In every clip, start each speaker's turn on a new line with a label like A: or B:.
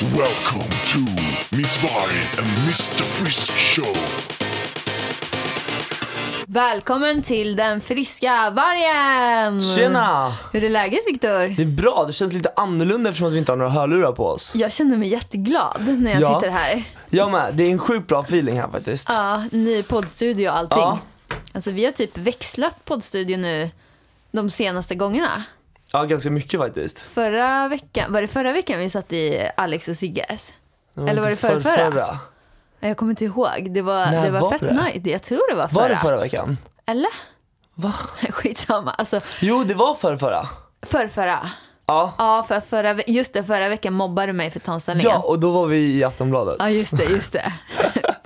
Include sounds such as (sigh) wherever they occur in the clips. A: Welcome to Miss Varg and Mr Frisk Show.
B: Välkommen till den friska vargen!
C: Tjena!
B: Hur är läget Viktor?
C: Det är bra, det känns lite annorlunda eftersom att vi inte har några hörlurar på oss.
B: Jag känner mig jätteglad när jag
C: Ja.
B: sitter här.
C: Jag med, det är en sjukt bra feeling här faktiskt.
B: Ja, ny poddstudio och allting.
C: Ja.
B: Alltså vi har typ växlat poddstudio nu de senaste gångerna.
C: Ja, ganska mycket faktiskt.
B: Förra veckan, var det förra veckan vi satt i Alex och Sigges? Eller var det
C: inte
B: förrförra? Nej, Jag kommer inte ihåg. Det var,
C: När
B: det var,
C: var
B: fett
C: det?
B: nice. Jag tror det var förra.
C: Var det förra veckan?
B: Eller? (laughs)
C: Va?
B: Skitsamma. Alltså
C: Jo, det var förrförra.
B: förrförra.
C: Ja.
B: Ja, för att förra, ve- just det, förra veckan mobbade du mig för tandställningen.
C: Ja, och då var vi i Aftonbladet.
B: Ja just det, just
C: (laughs)
B: det.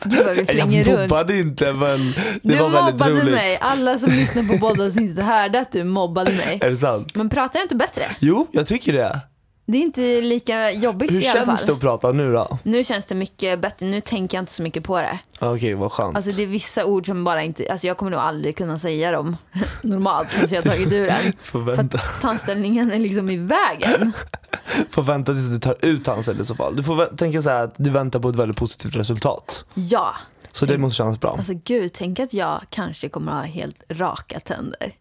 B: Gud vad vi flänger
C: jag
B: runt.
C: mobbade inte men det
B: Du
C: var väldigt
B: mobbade
C: roligt.
B: mig. Alla som lyssnar på poddavsnittet hörde att du mobbade
C: (laughs)
B: mig.
C: Är det sant?
B: Men pratar jag inte bättre?
C: Jo, jag tycker det.
B: Det är inte lika jobbigt
C: Hur
B: i alla
C: känns
B: fall.
C: det att prata nu då?
B: Nu känns det mycket bättre. Nu tänker jag inte så mycket på det.
C: Okej, vad skönt.
B: Alltså det är vissa ord som bara inte, alltså jag kommer nog aldrig kunna säga dem (laughs) normalt tills jag har tagit ur den.
C: Får
B: För
C: vänta, (laughs)
B: att tandställningen är liksom i vägen.
C: får vänta tills du tar ut hans i så fall. Du får vä- tänka så här att du väntar på ett väldigt positivt resultat.
B: Ja,
C: Så det måste kännas bra.
B: alltså gud, tänk att jag kanske kommer att ha helt raka tänder.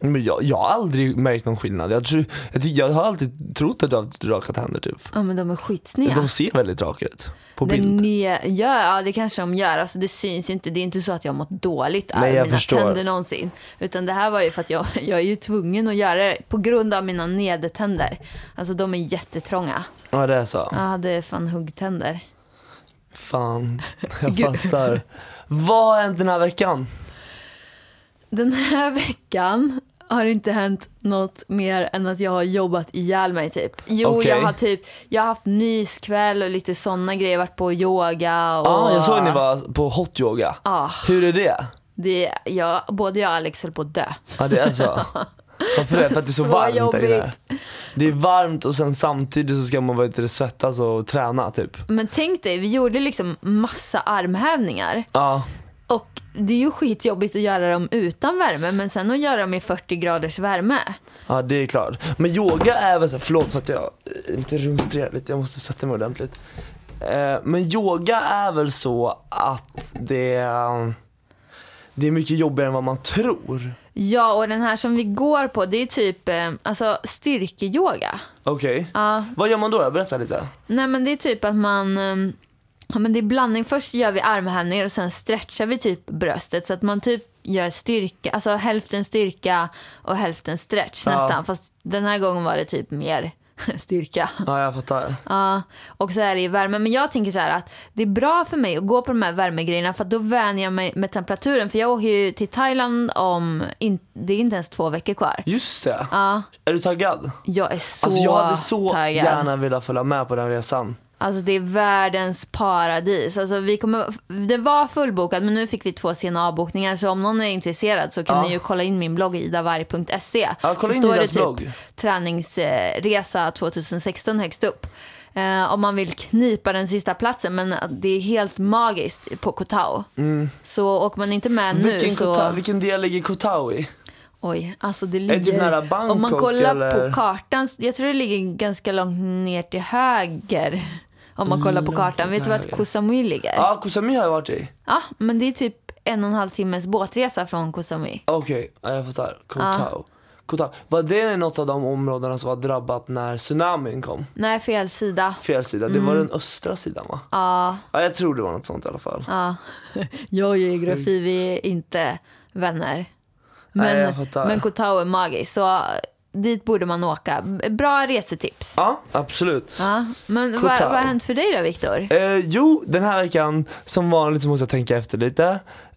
C: Men jag, jag har aldrig märkt någon skillnad. Jag, tror, jag, ty- jag har alltid trott att du har haft raka tänder typ.
B: Ja men de är skitsneda.
C: De ser väldigt raka ut på
B: Den
C: bild.
B: ne- ja, ja, det kanske de gör. Alltså, det syns ju inte. Det är inte så att jag har mått dåligt av
C: Nej, jag
B: mina
C: förstår.
B: tänder någonsin. Utan det här var ju för att jag, (laughs) jag är ju tvungen att göra det på grund av mina nedertänder. Alltså de är jättetrånga.
C: Ja det är så.
B: Jag hade fan huggtänder.
C: Fan, jag
B: Gud.
C: fattar. Vad har hänt den här veckan?
B: Den här (laughs) veckan har det inte hänt något mer än att jag har jobbat ihjäl mig typ. Jo,
C: Okej.
B: jag har typ, jag har haft myskväll och lite sådana grejer. Varit på yoga och...
C: Ja, Ah, jag såg att ni var på hot yoga.
B: Ja,
C: Hur är det?
B: det, jag, både jag och Alex höll på att dö.
C: Ja det är så. Varför det? För att det är så,
B: Så
C: varmt där inne.
B: jobbigt.
C: Det är varmt och sen samtidigt så ska man vara lite svettas och träna typ.
B: Men tänk dig, vi gjorde liksom massa armhävningar.
C: Ja,
B: Och det är ju skitjobbigt att göra dem utan värme, men sen att göra dem i 40 graders värme.
C: ja det är klart. Men yoga är väl så, förlåt för att jag eh, inte rumstrerar lite, jag måste sätta mig ordentligt. Eh, Men yoga är väl så att det, eh, det är mycket jobbigare än vad man tror.
B: Ja, och den här som vi går på, det är typ eh, alltså, styrkeyoga.
C: Okej.
B: Ja.
C: Vad gör man då, då? Berätta lite.
B: Nej, men det är typ att man... eh, Ja, men det är blandning. Först gör vi armhävningar och sen stretchar vi typ bröstet så att man typ gör styrka, alltså hälften styrka och hälften stretch
C: Ja.
B: nästan. Fast den här gången var det typ mer (laughs) styrka.
C: Ja, jag fattar.
B: Ja, och så är det ju värme. Men jag tänker så här att det är bra för mig att gå på de här värmegrejerna för att då vänjer jag mig med temperaturen. För jag åker ju till Thailand om, in, det är inte ens två veckor kvar.
C: Just det.
B: Ja,
C: Är du taggad?
B: jag är så
C: Alltså jag hade så
B: taggad.
C: gärna velat följa med på den resan.
B: Alltså det är världens paradis. Alltså vi kommer, det var fullbokat men nu fick vi två sena avbokningar så om någon är intresserad så kan
C: Ja.
B: ni ju kolla in min blogg idavarg.se.
C: Ja, kolla
B: så
C: in
B: står det
C: Idas
B: typ
C: blogg.
B: träningsresa 2016 högst upp. Eh, om man vill knipa den sista platsen men att det är helt magiskt på Koh Tao. Så åker man inte med nu
C: Mm. Vilken,
B: så...
C: Kota- vilken del ligger Koh Tao i?
B: Oj, alltså det
C: det
B: ligger...
C: typ nära
B: om man
C: Bangkok,
B: kollar
C: eller?
B: på kartan, jag tror det ligger ganska långt ner till höger. Om man kollar på
C: Mm,
B: kartan. Vet du vart
C: höger.
B: Koh Samui ligger? Ja.
C: Ja, Koh Samui har jag varit i.
B: men det är typ en och en halv timmes båtresa från Koh Samui.
C: Okej, ja, jag fattar. Koh Tao. Koh Tao. Var det något av de områdena som var drabbat när tsunamin kom?
B: Nej, fel sida.
C: Fel sida, det var den östra sidan va?
B: Mm. Ja,
C: Ja, jag tror det var något sånt i alla fall.
B: ja. Jag och geografi, vi är inte vänner.
C: Nej,
B: Men,
C: jag fattar.
B: men Koh Tao är magiskt, så dit borde man åka. B- Bra resetips.
C: Ja, absolut.
B: Ja. Men vad,
C: Koh
B: vad
C: Tao.
B: har hänt för dig då, Viktor?
C: Eh, jo, den här veckan som vanligt så måste jag tänka efter lite.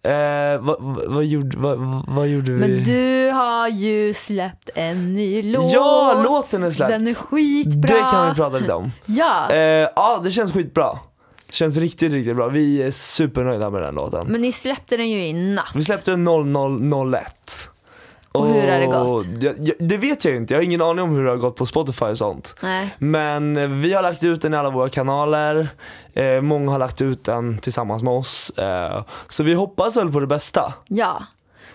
C: Eh, vad, vad, vad, gjorde, vad, vad gjorde vi?
B: Men du har ju släppt en ny låt.
C: Ja, låten är släppt.
B: Den är skitbra.
C: Det kan vi prata lite om.
B: Ja,
C: Eh, ja, det känns skitbra. Känns riktigt, riktigt bra. Vi är supernöjda med den låten.
B: men ni släppte den ju i natt.
C: Vi släppte den 0001.
B: Och hur har det gått?
C: Jag, jag, det vet jag inte, jag har ingen aning om hur det har gått på Spotify och sånt.
B: Nej.
C: Men eh, vi har lagt ut den i alla våra kanaler, eh, många har lagt ut den tillsammans med oss. Eh, så vi hoppas väl på det bästa.
B: Ja.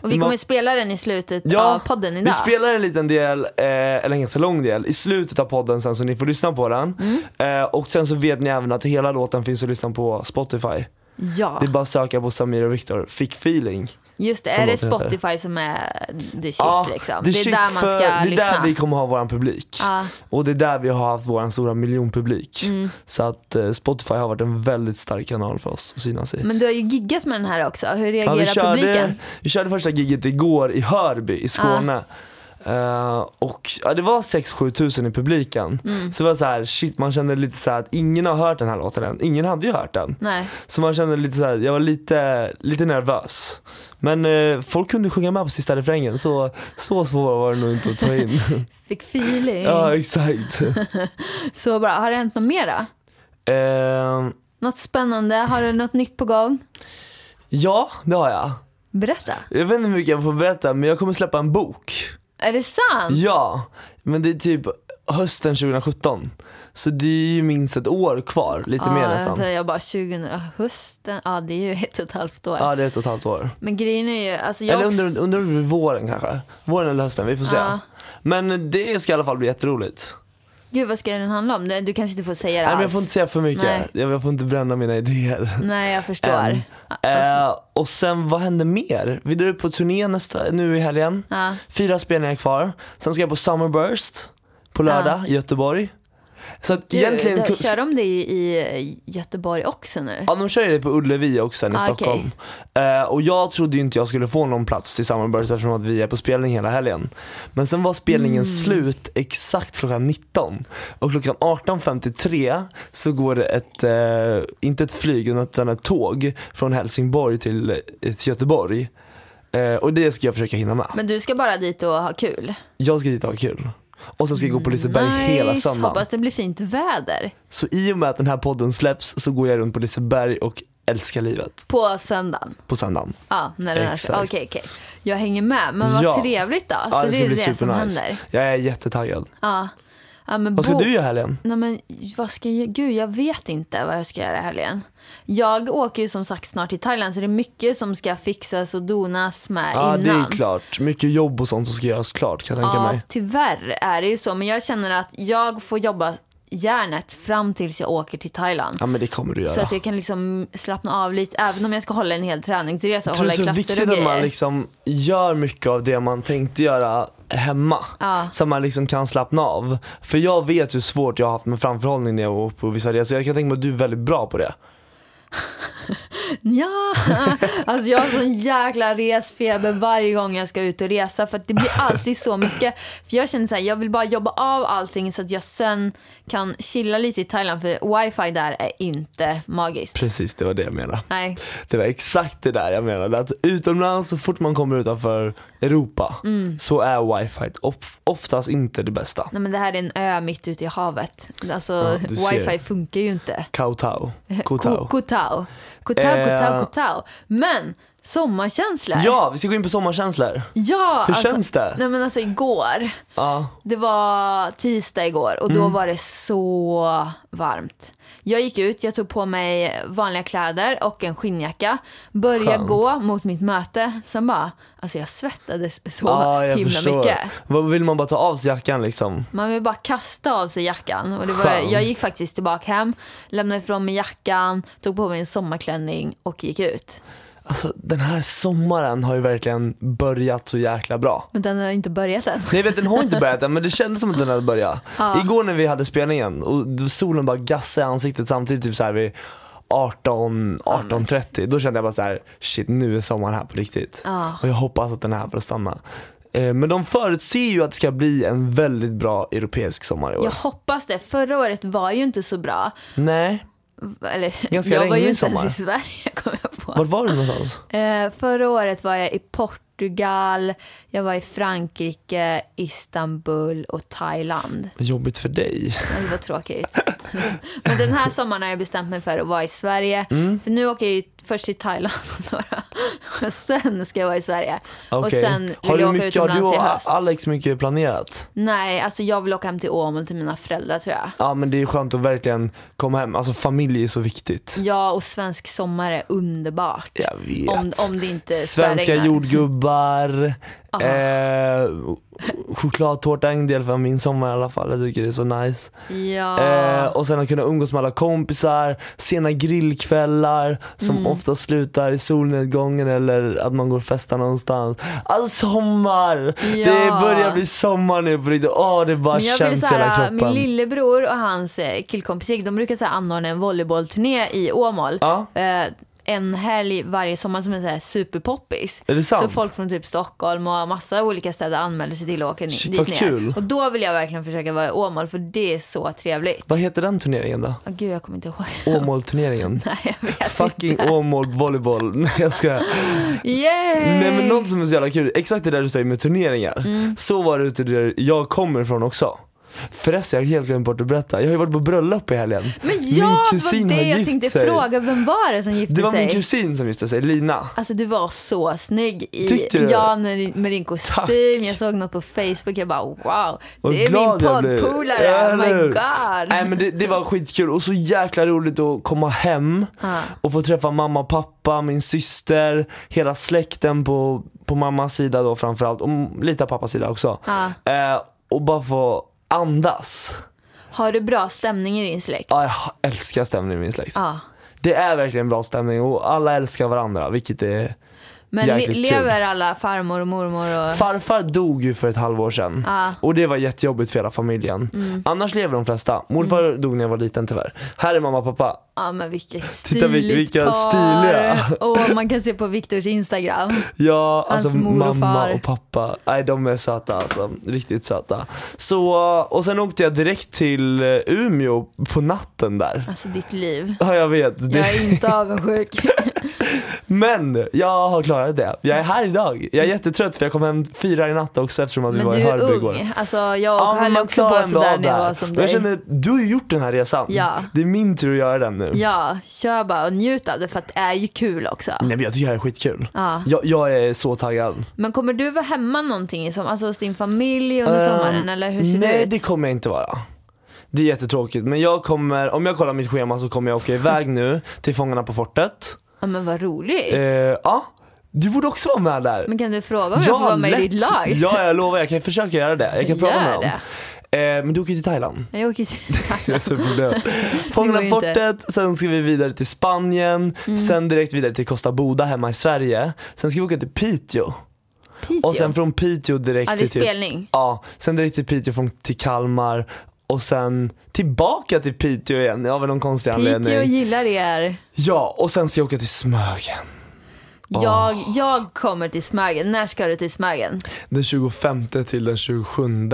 B: Och vi
C: Man-
B: kommer spela den i slutet av podden idag.
C: vi spelar en liten del, eh, eller en ganska lång del, i slutet av podden sen så ni får lyssna på den.
B: Mm.
C: Eh, och sen så vet ni även att hela låten finns att lyssna på Spotify.
B: ja,
C: Det är bara att söka på Samir och Viktor, fick feeling.
B: just det.
C: som
B: Är det
C: låten heter.
B: Spotify som är the shit liksom?
C: det
B: Det
C: är
B: är
C: shit
B: där man
C: för-
B: ska
C: Det är
B: lyssna.
C: där vi kommer ha vår publik.
B: Ja. Mm.
C: Och det är där vi har haft vår stora miljonpublik. Så att eh, Spotify har varit en väldigt stark kanal för oss att synas i.
B: Men du har ju giggat med den här också. Hur
C: Ja,
B: reagerar
C: vi, körde,
B: publiken?
C: vi körde första giget igår i Hörby i Skåne. Eh, och ja, det var 6-7 tusen i publiken.
B: Mm.
C: Så det var så här, shit man kände lite så här att ingen har hört den här låten än. Ingen hade ju hört den.
B: Nej.
C: Så man kände lite så här, jag var lite, lite nervös. Men eh, folk kunde sjunga med på sista refrängen så, så svår var det nog inte att
B: (laughs)
C: ta in.
B: Fick feeling. (laughs)
C: ja exakt.
B: Så bra. Har det hänt något mer då?
C: Eh,
B: Något spännande? Har du något nytt på gång?
C: ja det har jag.
B: Berätta.
C: Jag vet inte hur mycket jag får berätta men jag kommer släppa en bok.
B: Är det sant?
C: Ja, men det är typ hösten 2017. Så det är ju minst ett år kvar, lite mer
B: Ja,
C: nästan.
B: vänta, Jag bara 20 nu. hösten. Ja, det är ju ett och ett halvt år.
C: Ja, det är ett och ett halvt år.
B: Men grejen är ju, alltså jag
C: eller
B: också-
C: under, under våren kanske. Våren eller hösten, vi får se.
B: Ja.
C: Men det ska i alla fall bli jätteroligt.
B: Gud vad ska den handla om? Nej, Du kanske inte får säga det
C: Nej, men jag
B: alls.
C: får inte säga för mycket.
B: Nej.
C: Jag, jag får inte bränna mina idéer.
B: Nej, jag förstår.
C: Än.
B: Alltså,
C: Eh, och sen vad händer mer? Vi drar ut på turné nästa, nu i helgen.
B: ja.
C: Fyra spelningar kvar. Sen ska jag på Summerburst på lördag i Göteborg. Så att
B: Du,
C: egentligen...
B: då, kör de det i, i Göteborg också nu?
C: Ja, de kör ju det på Ullevi också sen i
B: Ah,
C: Stockholm. Eh, och jag trodde ju inte jag skulle få någon plats till Summerburst eftersom att vi är på spelning hela helgen. Men sen var spelningen
B: Mm.
C: slut exakt klockan 19. Och klockan 18.53 så går det ett, eh, inte ett flyg utan ett tåg från Helsingborg till, eh, till Göteborg. Eh, och det ska jag försöka hinna med.
B: Men du ska bara dit och ha kul?
C: Jag ska dit och ha kul. Och sen ska jag gå på Liseberg hela
B: Mm, Nice.
C: söndagen.
B: Hoppas det blir fint väder
C: Så i och med att den här podden släpps så går jag runt på Liseberg och älskar livet
B: på söndagen.
C: på söndagen.
B: Ja, när den här... Okej,
C: Exakt.
B: okej. Jag hänger med. Men vad
C: Ja.
B: trevligt då. Så
C: Ja,
B: det,
C: ska
B: är
C: bli
B: det som
C: supernice.
B: händer.
C: Jag är jättetaggad.
B: Ja. ja men
C: Vad ska
B: bo-
C: du göra i helgen?
B: Nej men vad ska jag, gud jag vet inte vad jag ska göra i helgen. Jag åker ju som sagt snart till Thailand så det är mycket som ska fixas och donas med
C: Ja,
B: innan.
C: det är klart. Mycket jobb och sånt som ska göras klart kan jag tänka
B: Ja,
C: mig.
B: tyvärr är det ju så men jag känner att jag får jobba järnet fram tills jag åker till Thailand.
C: Ja men det kommer du göra.
B: Så att jag kan liksom slappna av lite även om jag ska hålla en hel träningsresa och
C: jag tror
B: hålla i
C: det är så
B: klasser
C: viktigt
B: och
C: att
B: grejer.
C: man liksom gör mycket av det man tänkte göra hemma.
B: Ja.
C: Så att man liksom kan slappna av. För jag vet hur svårt jag har haft med framförhållning när jag åkt på vissa resor. Jag kan tänka mig att du är väldigt bra på det. (laughs)
B: Ja, alltså jag har sån jäkla resfeber varje gång jag ska ut och resa för att
C: (laughs)
B: det blir alltid så mycket. För jag känner så här, jag vill bara jobba av allting så att jag sen kan chilla lite i Thailand för wifi där är inte magiskt.
C: Precis, det var det jag menade.
B: Nej,
C: Det var exakt det där jag menade. Att utomlands, så fort man kommer utanför Europa
B: Mm.
C: så är wifi of- oftast inte det bästa.
B: nej men det här är en ö mitt ute i havet. Alltså
C: Ja, du ser.
B: wifi funkar ju inte.
C: Kautau. Kotau.
B: Eh, Ko- Kotao. Kotao,
C: Eh.
B: Kotao, Kotao. Men sommarkänslor.
C: Ja, vi ska gå in på sommarkänslor.
B: ja
C: Hur
B: alltså,
C: känns det?
B: Nej men alltså igår.
C: Ja,
B: Det var tisdag igår och då
C: Mm.
B: var det så varmt. Jag gick ut, jag tog på mig vanliga kläder och en skinnjacka. Började
C: Skönt.
B: gå mot mitt möte. Sen bara, alltså jag svettades så
C: ja jag
B: himla
C: förstår.
B: mycket.
C: Vad vill man bara ta av sig jackan liksom?
B: Man vill bara kasta av sig jackan. Och det var,
C: Skönt.
B: jag gick faktiskt tillbaka hem, lämnade ifrån mig jackan, tog på mig en sommarklänning och gick ut.
C: Alltså den här sommaren har ju verkligen börjat så jäkla bra.
B: Men den har inte börjat än.
C: Nej jag vet den har inte börjat än men det kändes som att den hade börjat. Igår när vi hade spelningen och solen bara gassade i ansiktet samtidigt typ så här vid 18, 18.30 då kände jag bara så här: shit nu är sommaren här på riktigt.
B: Ja.
C: Och jag hoppas att den är här för att stanna. Eh, Men de förutser ju att det ska bli en väldigt bra europeisk sommar i år.
B: Jag hoppas det. Förra året var ju inte så bra.
C: Nej,
B: Eller,
C: Ganska
B: jag var ju
C: regnig
B: inte
C: sommar.
B: ens i Sverige (laughs) kom jag på.
C: vart var du någonstans?
B: Eh, förra året var jag i Portugal, jag var i Frankrike, Istanbul och Thailand.
C: Jobbigt för
B: Nej,
C: dig. (laughs) Mm.
B: Det var tråkigt. Men den här sommaren har jag bestämt mig för att vara i Sverige. För nu åker jag ju Först till Thailand (laughs) några. Och sen ska jag vara i Sverige. Och
C: Okej.
B: sen vill
C: har du
B: jag åka
C: mycket, har du
B: utomlands i
C: och
B: höst.
C: Alex mycket planerat?
B: Nej, alltså jag vill åka hem till Åmål till mina föräldrar tror jag.
C: Ja men det är skönt att verkligen komma hem, alltså familj är så viktigt.
B: Ja, och svensk sommar är underbart.
C: Jag vet.
B: Om, om det inte
C: Svenska
B: spöregnar.
C: jordgubbar, eh, chokladtårta är en del för min sommar i alla fall, jag tycker det är så nice.
B: Ja.
C: Eh, och sen att kunna umgås med alla kompisar, sena grillkvällar som
B: Mm.
C: ofta slutar i solnedgången eller att man går och festar någonstans. Alltså sommar!
B: Ja.
C: Det börjar bli sommar nu på riktigt, åh det bara
B: Men jag vill
C: känns i
B: såhär,
C: hela kroppen.
B: min lillebror och hans eh, killkompis Erik, de brukar såhär, anordna en volleybollturné i Åmål.
C: Ja.
B: Eh, en helg varje sommar som är såhär, superpoppis.
C: Är det sant?
B: Så folk från typ Stockholm och massa olika städer anmäler sig till att åka ni-
C: Shit,
B: dit
C: vad
B: ner.
C: kul.
B: Och då vill jag verkligen försöka vara i Åmål för det är så trevligt.
C: Vad heter den turneringen då?
B: Åh, gud, jag kommer inte ihåg.
C: Åmålturneringen?
B: (laughs) Nej, jag vet
C: Fucking Åmål volleyboll, (laughs) nej jag skojar.
B: inte. Yay!
C: Nej men något som är så jävla kul, exakt det där du säger med turneringar.
B: Mm.
C: Så var det ute där jag kommer ifrån också. Förresten, jag har helt glömt bort att berätta. Jag har ju varit på bröllop i helgen.
B: Men ja,
C: min kusin
B: det var det
C: har
B: jag
C: gift
B: tänkte
C: sig.
B: fråga. Vem var det som gifte
C: Det var
B: sig?
C: min kusin som gifte sig, Lina.
B: Alltså du var så snygg i
C: Tyckte du?
B: ja, när- med din kostym.
C: Tack.
B: Jag såg något på Facebook. Jag bara wow.
C: Vad
B: Det är min
C: glad jag blev.
B: poddpolare.
C: Ja,
B: Oh
C: eller
B: my
C: hur?
B: god.
C: Nej men det, det var skitkul och så jäkla roligt att komma hem
B: Ja.
C: och få träffa mamma och pappa, min syster, hela släkten på, på mammas sida då framförallt och lite av pappas sida också.
B: Ja.
C: Eh, och bara få andas.
B: Har du bra stämning i din släkt?
C: Ja, jag älskar stämningen i min släkt.
B: Ja.
C: Det är verkligen bra stämning och alla älskar varandra, vilket är...
B: Men le-
C: Jäkligt kul.
B: lever alla farmor och mormor och...
C: Farfar dog ju för ett halvår sedan
B: Ja. Mm.
C: och det var jättejobbigt för hela familjen. Annars lever de flesta. Morfar dog när jag var liten tyvärr. Här är mamma och pappa.
B: Ja men vilket stiligt
C: Titta, vil- vilka
B: par.
C: stiliga.
B: Och man kan se på Viktors Instagram.
C: Ja,
B: Hans
C: alltså
B: mor och
C: mamma
B: far.
C: och pappa. Nej, de är söta alltså. Riktigt söta. Så, och sen åkte jag direkt till eh, Umeå på natten där.
B: Alltså ditt liv.
C: Ja, jag vet. Det-
B: Jag är inte
C: (laughs)
B: avundsjuk.
C: Men jag har klarat det. Jag är här idag. Jag är jättetrött för jag kom hem fyra i natt också eftersom att vi
B: Mm. Men
C: var
B: du
C: i
B: är
C: Hörby igår.
B: ung. Alltså jag
C: Ja, men
B: höll
C: man
B: också
C: klarar
B: på
C: en dag
B: sådär när jag
C: där.
B: var som
C: Och
B: dig.
C: jag känner, du har ju gjort den här resan.
B: Ja.
C: Det är min tur att göra den nu.
B: Ja, kör bara och njut av det för att det är ju kul också.
C: Nej men jag tycker det här är skitkul.
B: Ja.
C: Jag, jag är så taggad.
B: Men kommer du vara hemma någonting i sommar, alltså hos din familj under sommaren eller hur ser
C: Ehm, Nej
B: det ut?
C: det kommer jag inte vara. Det är jättetråkigt men jag kommer, om jag kollar mitt schema så kommer jag åka iväg nu till Fångarna på fortet.
B: Ja men vad roligt.
C: Eh, ja, du borde också vara med där.
B: Men kan du fråga om jag får vara med i ditt lag?
C: Ja jag lovar, jag kan försöka göra det. Jag kan prata
B: Gör
C: med dem.
B: det.
C: Eh, men du åker ju
B: (laughs)
C: till Thailand.
B: Jag åker till
C: Jag är
B: Thailand.
C: så blöt. Fångarna
B: Det går ju inte. Mm.
C: fortet, sen ska vi vidare till Spanien, sen direkt vidare till Costa Boda hemma i Sverige. Sen ska vi åka till Piteå.
B: Piteå.
C: Och sen från Piteå direkt
B: ja, det är
C: till typ-
B: spelning.
C: Ja, sen direkt till Piteå från till Kalmar och sen tillbaka till Piteå igen av någon konstig
B: Piteå
C: anledning.
B: gillar er.
C: Ja, och sen ska jag åka till Smögen
B: Jag, jag kommer till Smögen. När ska du till Smögen?
C: den 25 till den 27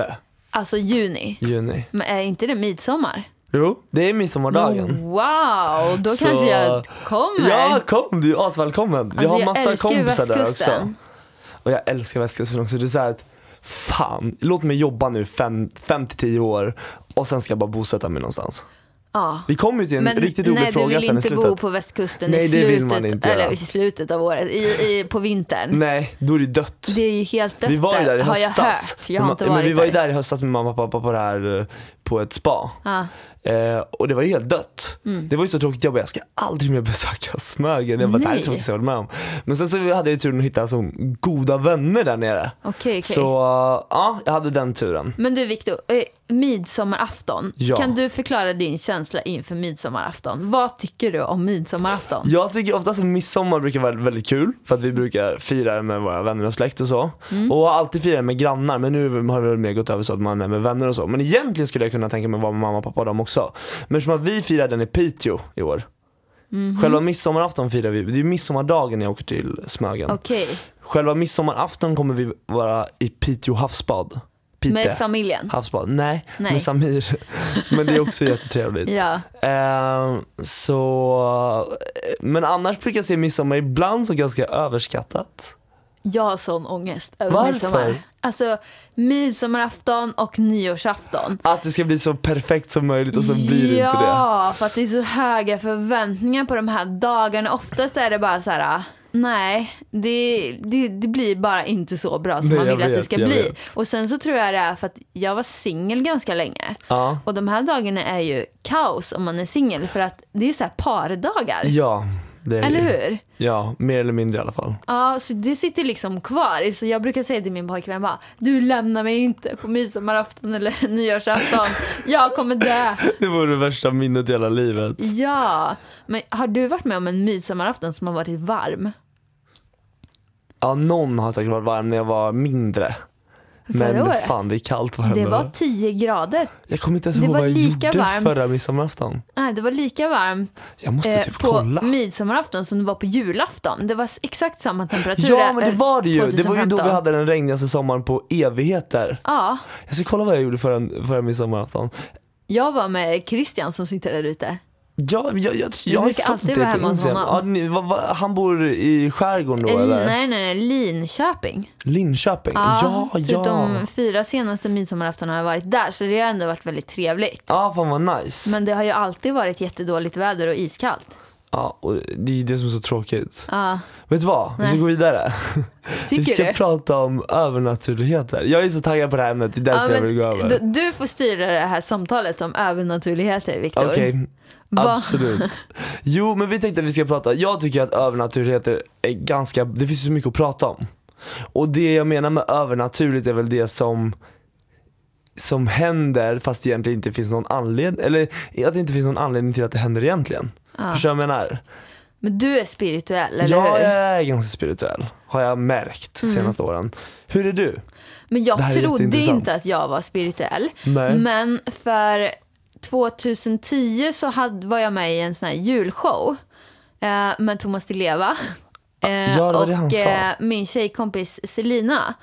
B: Alltså juni.
C: juni.
B: Men är inte det midsommar? Oh,
C: Jo, det är midsommardagen.
B: Wow, då
C: Så-
B: kanske jag kommer.
C: Ja, kom du är asvälkommen. Vi
B: Alltså,
C: har
B: jag
C: massa
B: älskar ju
C: kompisar där
B: västkusten.
C: också. Och jag älskar västkusten också. Det är så här att, fan, låt mig jobba nu 5-10 år och sen ska jag bara bosätta mig någonstans.
B: Ja.
C: Vi kommer ju till en
B: Men
C: riktigt rolig
B: nej,
C: fråga
B: du vill
C: sen i
B: inte
C: slutet.
B: bo på västkusten i
C: Nej, det
B: slutet,
C: vill man inte göra.
B: eller i slutet av året, i, i, på vintern.
C: Nej, då är det dött.
B: Det är ju helt dött
C: Vi var ju där i
B: har jag
C: höstas.
B: hört. Jag har
C: Men-
B: inte
C: men,
B: varit
C: Vi var ju där i höstas med mamma och pappa på, det här, eh, på ett spa.
B: Ja.
C: Eh, och det var ju helt dött.
B: Mm.
C: Det var ju så tråkigt, jag bara, jag ska aldrig mer besöka Smögen. Jag bara, det här är
B: Nej.
C: det tråkigaste jag varit med om. Men sen så hade jag ju turen att hitta så goda vänner där nere.
B: Okej, okej.
C: Så eh, ja, jag hade den turen.
B: Men du Viktor, eh, midsommarafton.
C: Ja.
B: Kan du förklara din känsla inför midsommarafton? Vad tycker du om midsommarafton?
C: Jag tycker oftast att midsommar brukar vara väldigt kul för att vi brukar fira det med våra vänner och släkt och så.
B: Mm.
C: Och har alltid firat det med grannar men nu har det väl mer gått över så att man är med vänner och så. Men egentligen skulle jag kunna tänka mig att vara med mamma och pappa och dem också. Men som att vi firar den i Piteå i år.
B: Mhm.
C: Själva midsommarafton firar vi, det är ju midsommardagen jag åker till Smögen.
B: Okej,
C: Själva midsommarafton kommer vi vara i Piteå havsbad. Pite.
B: med familjen?
C: Havsbad, nej,
B: Nej.
C: med Samir. (laughs) Men det är också jättetrevligt.
B: Ja.
C: Ehm, så, men annars brukar jag se midsommar ibland som ganska överskattat.
B: Jag har sån ångest över
C: Varför?
B: midsommar. Alltså midsommarafton och nyårsafton.
C: Att det ska bli så perfekt som möjligt och så blir det inte det.
B: Ja, för att det är så höga förväntningar på de här dagarna. Oftast är det bara så här. Nej, det, det, det blir bara inte så bra som
C: Nej,
B: man
C: jag
B: vill att det
C: vet,
B: ska
C: jag
B: bli.
C: vet.
B: Och sen så tror jag det är för att jag var singel ganska länge.
C: Ja.
B: Och de här dagarna är ju kaos om man är singel för att det är så här pardagar.
C: Ja, det är det
B: Eller
C: ju.
B: hur?
C: Ja, mer eller mindre i alla fall. (laughs)
B: Ja, så det sitter liksom kvar. Så jag brukar säga till min pojkvän bara, du lämnar mig inte på midsommarafton eller (laughs) nyårsafton. Jag kommer dö.
C: Det vore det värsta minnet i hela livet.
B: Ja, men har du varit med om en midsommarafton som har varit varm?
C: Ja, någon har säkert varit varm när jag var mindre. Men
B: Förra året?
C: fan det är kallt varmt.
B: Det var 10 grader.
C: Jag kommer inte ens
B: det
C: ihåg
B: var
C: vad jag
B: lika
C: gjorde
B: varmt.
C: förra midsommarafton.
B: Nej, det var lika varmt
C: Jag måste
B: eh,
C: typ
B: på
C: kolla.
B: midsommarafton som det var på julafton. Det var s- exakt samma temperatur.
C: Ja men det
B: eh,
C: var det ju. Det var ju då
B: 2015.
C: vi hade den regnigaste sommaren på evigheter.
B: Ja,
C: Jag ska kolla vad jag gjorde förra, förra midsommarafton.
B: jag var med Christian som sitter där ute.
C: Ja, jag, jag, jag
B: brukar
C: har
B: alltid
C: fått
B: vara
C: det på
B: hemma hos
C: Instagram.
B: honom.
C: Ja, ni, vad- vad- han bor i skärgården då
B: Eh,
C: eller?
B: nej, nej, nej, Linköping.
C: Linköping? Ja, ja.
B: typ de fyra senaste midsommarafton har jag varit där så det har ändå varit väldigt trevligt.
C: Ja, fan vad nice.
B: Men det har ju alltid varit jättedåligt väder och iskallt.
C: Ja, och det är ju det som är så tråkigt.
B: Ja,
C: Vet du vad? Vi ska
B: Nej.
C: gå vidare. Vi
B: tycker
C: ska
B: du?
C: prata om övernaturligheter. Jag är så taggad på det här ämnet, det är
B: Ja,
C: därför jag
B: men
C: vill gå över.
B: du, du får styra det här samtalet om övernaturligheter, Viktor.
C: Okej,
B: Va-
C: absolut. Jo, men vi tänkte att vi ska prata, jag tycker att övernaturligheter är ganska, det finns så mycket att prata om. Och det jag menar med övernaturligt är väl det som som händer fast det egentligen inte finns någon anledning, eller att det inte finns någon anledning till att det händer egentligen.
B: Ja.
C: Förstår du vad jag menar?
B: Men du är spirituell, eller
C: Jag
B: hur? Mm.
C: är ganska spirituell, har jag märkt de senaste åren. Hur är du?
B: Men
C: Det
B: jag
C: här är
B: trodde
C: jätteintressant.
B: inte att jag var spirituell.
C: Nej.
B: Men för 2010 så hade, var jag med i en sån här julshow eh, med Thomas Di Leva. Eh,
C: ja, det var
B: och
C: det han sa.
B: eh, min tjejkompis Selina.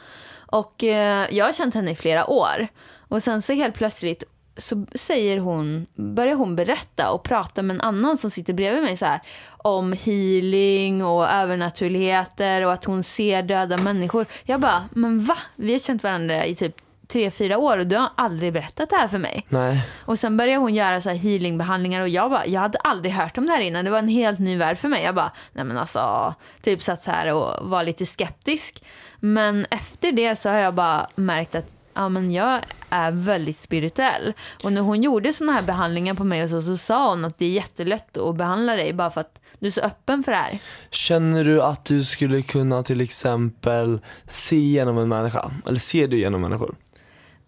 B: Och eh, jag har känt henne i flera år. Och sen så helt plötsligt så säger hon, börjar hon berätta och prata med en annan som sitter bredvid mig så här om healing och övernaturligheter och att hon ser döda människor. Jag bara, men va? Vi har känt varandra i typ tre, fyra år och du har aldrig berättat det här för mig.
C: Nej.
B: Och sen började hon göra så här healingbehandlingar och jag bara, jag hade aldrig hört om det här innan. Det var en helt ny värld för mig. Jag bara, nej men alltså, typ satt så här och var lite skeptisk. Men efter det så har jag bara märkt att Ja, men jag är väldigt spirituell. Och när hon gjorde såna här behandlingar på mig och så, så sa hon att det är jättelätt att behandla dig bara för att du är så öppen för det här.
C: Känner du att du skulle kunna till exempel se genom en människa? Eller ser du genom människor?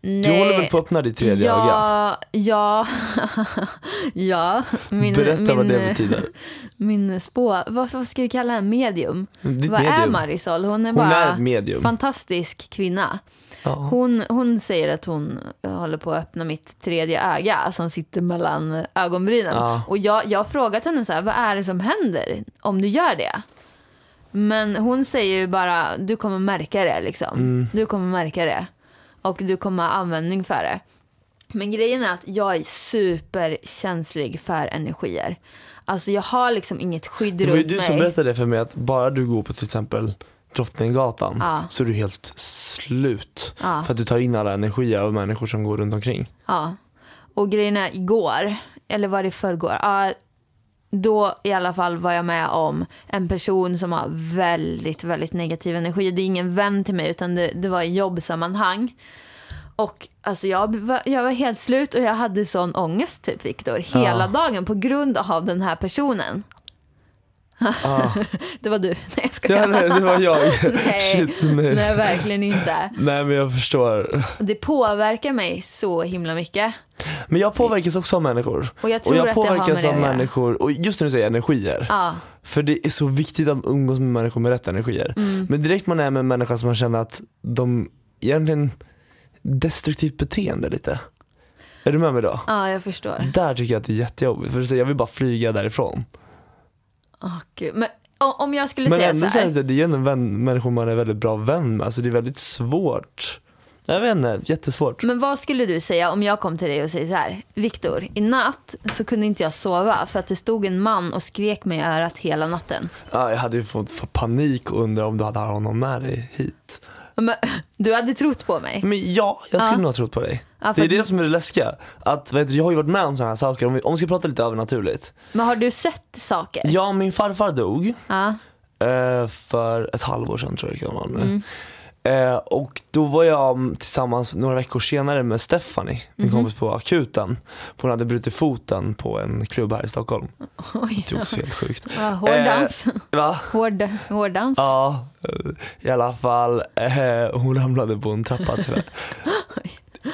C: Du håller väl på att öppna ditt tredje öga?
B: ja, Ja, (laughs) ja. Min,
C: Berätta
B: min,
C: vad det
B: (laughs)
C: betyder.
B: Min spå, vad, vad ska vi kalla henne? Medium?
C: Mm, Ditt
B: vad är
C: medium.
B: Marisol? Hon är
C: Hon
B: bara
C: är ett medium.
B: fantastisk kvinna.
C: Ja.
B: Hon, hon säger att hon håller på att öppna mitt tredje öga som sitter mellan ögonbrynen.
C: Ja.
B: Och jag, jag har frågat henne så här, vad är det som händer om du gör det? Men hon säger ju bara, du kommer märka det liksom.
C: Mm.
B: Du kommer märka det. Och du kommer ha användning för det. Men grejen är att jag är superkänslig för energier. Alltså jag har liksom inget skydd
C: Det
B: runt
C: var ju
B: mig.
C: du som berättade för mig att bara du går på till exempel Drottninggatan
B: Ja.
C: så är du helt slut.
B: Ja.
C: För att du tar in alla energier av människor som går
B: (laughs)
C: runt omkring.
B: Ja. Och grejen är igår, eller var det i förrgår? Ja, då i alla fall var jag med om en person som har väldigt, väldigt negativ energi. Det är ingen vän till mig utan det, det var i jobbsammanhang. Och alltså jag, var- jag var helt slut och jag hade sån ångest typ Viktor hela
C: Ja.
B: dagen på grund av den här personen.
C: Ah.
B: (laughs) Det var du. Nej jag skojar.
C: Ja, nej, (laughs) det var jag.
B: (laughs) Nej.
C: Shit, nej. nej.
B: Nej verkligen inte.
C: men jag förstår.
B: Det påverkar mig så himla mycket.
C: Men jag påverkas också av människor.
B: Och jag tror
C: Och jag
B: att det har med
C: påverkas
B: det
C: av
B: att göra.
C: människor, och just när du säger energier.
B: Ja.
C: För det är så viktigt att umgås med människor med rätt energier.
B: Mm.
C: Men direkt man är med människor som man känner att de egentligen destruktivt beteende lite. Är du med mig då?
B: ja, jag förstår.
C: Där tycker jag att det är jättejobbigt, för så jag vill bara flyga därifrån.
B: Åh, Gud. Men o- om jag skulle
C: Men
B: säga
C: ändå
B: så här.
C: alltså känns det, det är ju ändå vän, människor man är väldigt bra vän med, alltså det är väldigt svårt Jag vet inte, jättesvårt.
B: Men vad skulle du säga om jag kom till dig och säger så här, Viktor, i natt så kunde inte jag sova för att det stod en man och skrek mig i örat hela natten.
C: Ja, jag hade ju fått fått panik och undrat om du hade honom med dig hit.
B: Men, (laughs) du hade trott på mig.
C: Men ja, jag skulle
B: Ja.
C: nog ha trott på dig.
B: Ja, för
C: det är
B: att du-
C: det som är det läskiga. Att, vet du, jag har ju varit med om sådana här saker, om vi, om vi ska prata lite övernaturligt.
B: Men har du sett saker?
C: Ja, min farfar dog
B: Ja. (laughs)
C: eh, för ett halvår sedan tror jag det kan vara nu. Eh, och då var jag mm, tillsammans några veckor senare med Stephanie, min kompis på akuten. För hon hade brutit foten på en klubb här i Stockholm.
B: Oj.
C: Det är också helt sjukt.
B: Ja, hård
C: Eh,
B: dans.
C: Va?
B: Hård, hård dans.
C: Ja, eh, i alla fall. Eh, hon ramlade på en trappa tyvärr.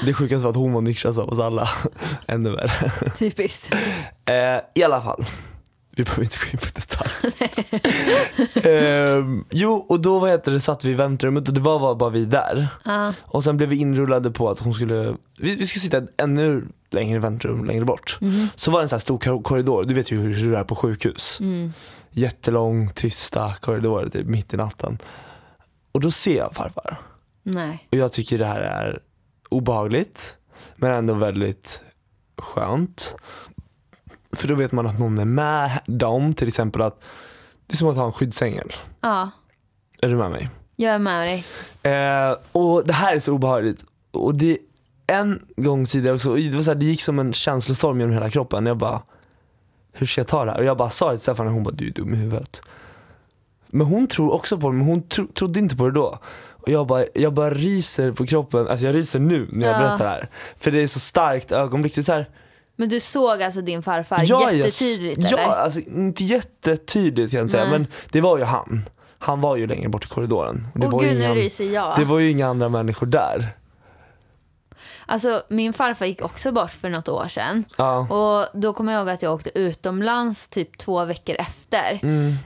C: Det sjukaste var att hon var nykterast av oss alla. (laughs) Ännu värre.
B: Typiskt.
C: Eh, I alla fall. Vi behöver inte gå in på detaljer. (laughs) eh, jo, och då vad heter det, satt vi i väntrummet och det var var bara vi där.
B: Ja.
C: Och sen blev vi inrullade på att hon skulle, vi, vi skulle sitta ännu längre i väntrum, längre bort. Så var det en sån här stor kor- korridor, du vet ju hur, hur det är på sjukhus. Jättelång, tysta korridorer typ mitt i natten. Och då ser jag farfar.
B: Nej.
C: Och jag tycker det här är obehagligt men ändå väldigt skönt. För då vet man att någon är med dem, till exempel att det är som att ha en skyddsängel.
B: Ja,
C: Är du med mig?
B: jag är med dig.
C: Eh, och det här är så obehagligt. Och det en gång tidigare också, och det, var så här, det gick som en känslostorm genom hela kroppen. Jag bara, hur ska jag ta det här? Och jag bara sa det till Stefan och hon bara, du är dum i huvudet. Men hon tror också på det, men hon tro, trodde inte på det då. Och jag bara, jag bara ryser på kroppen, alltså jag ryser nu när jag
B: Ja.
C: berättar det här. För det är så starkt ögonblick. Det är så här,
B: Men du såg alltså din farfar
C: Ja, jag-
B: jättetydligt
C: Ja,
B: eller?
C: alltså inte jättetydligt kan jag inte säga.
B: Nej.
C: Men det var ju han. Han var ju längre bort i korridoren. Och Det
B: Åh
C: var ju
B: gud, nu
C: ingen-
B: ryser jag.
C: det var ju inga andra människor där.
B: Alltså, min farfar gick också bort för något år sedan.
C: Ja.
B: Och då kommer jag ihåg att jag åkte utomlands typ två veckor efter.
C: Mm.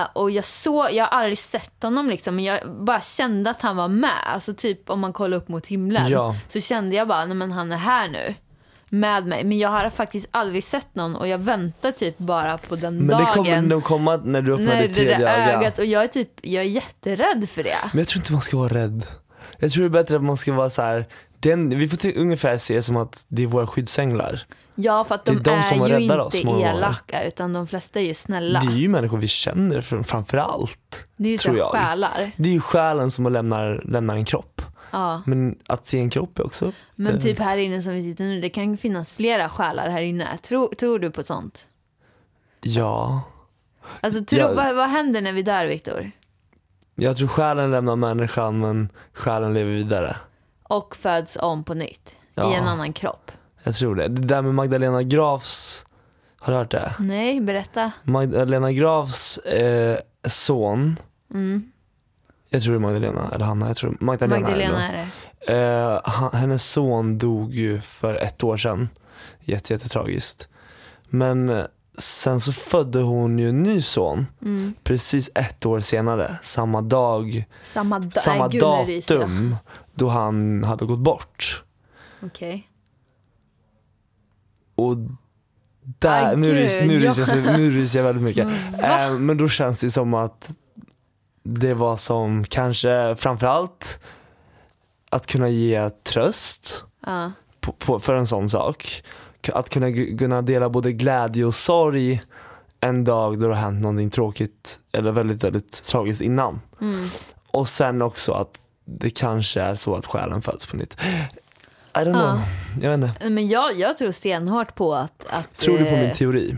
B: Eh, och jag såg, jag har aldrig sett honom liksom, men jag bara kände att han var med. Alltså typ om man kollar upp mot himlen.
C: Ja.
B: Så kände jag bara, nej men han är här nu. Med mig. Men jag har faktiskt aldrig sett någon och jag väntar typ bara på den
C: Men
B: dagen.
C: det kommer nog komma när du öppnar
B: Nej,
C: ditt
B: det där
C: tredje öga.
B: ögat. Och jag är typ, jag är jätterädd för det.
C: Men jag tror inte man ska vara rädd. Jag tror det är bättre att man ska vara så här. Den, vi får till, ungefär se det som att det är våra skyddsänglar.
B: Ja, för att
C: Det är
B: de,
C: de
B: är,
C: som har
B: ju
C: räddat
B: inte
C: oss många gånger.
B: elaka, utan de flesta är ju snälla.
C: Det är ju människor vi känner för, framför allt.
B: Det är ju
C: tror
B: så
C: jag.
B: själar.
C: Det är ju själen som lämnar, lämnar en kropp.
B: Ja.
C: Men att se en kropp är också...
B: Men typ här inne som vi sitter nu, det kan finnas flera själar här inne. Tror, tror du på sånt?
C: Ja.
B: Alltså, tro,
C: Ja.
B: vad, vad händer när vi dör, Viktor?
C: Jag tror själen lämnar människan men själen lever vidare.
B: Och föds om på nytt
C: Ja.
B: i en annan kropp.
C: Jag tror det. Det där med Magdalena Grafs, har du hört det?
B: Nej, berätta.
C: Magdalena Grafs eh, son,
B: Mm.
C: jag tror det är Magdalena, eller Hanna, jag tror Magdalena,
B: Magdalena
C: Magdalena.
B: är det.
C: Eh, han- hennes son dog ju för ett år sedan. Jätte, jättetragiskt. Men eh, sen så födde hon ju en ny son precis ett år senare, samma dag,
B: Samma, da-
C: samma
B: Nej, gud, nu ryser jag.
C: datum då han hade gått bort.
B: Okej.
C: Och där,
B: Aj,
C: nu,
B: gud,
C: rys,
B: ja.
C: nu,
B: Mm.
C: ryser jag, så- nu ryser jag väldigt mycket.
B: va?
C: Eh, men då känns det som att det var som kanske framförallt att kunna ge tröst
B: Ja.
C: på, på, för en sån sak. K- Att kunna, gu- kunna dela både glädje och sorg en dag då det har hänt någonting tråkigt eller väldigt, väldigt tragiskt innan.
B: Mm.
C: Och sen också att det kanske är så att själen föds på nytt. I don't
B: Ja.
C: know. Jag vet inte.
B: Men jag, jag tror stenhårt på att... att
C: Tror du på
B: eh,
C: min teori?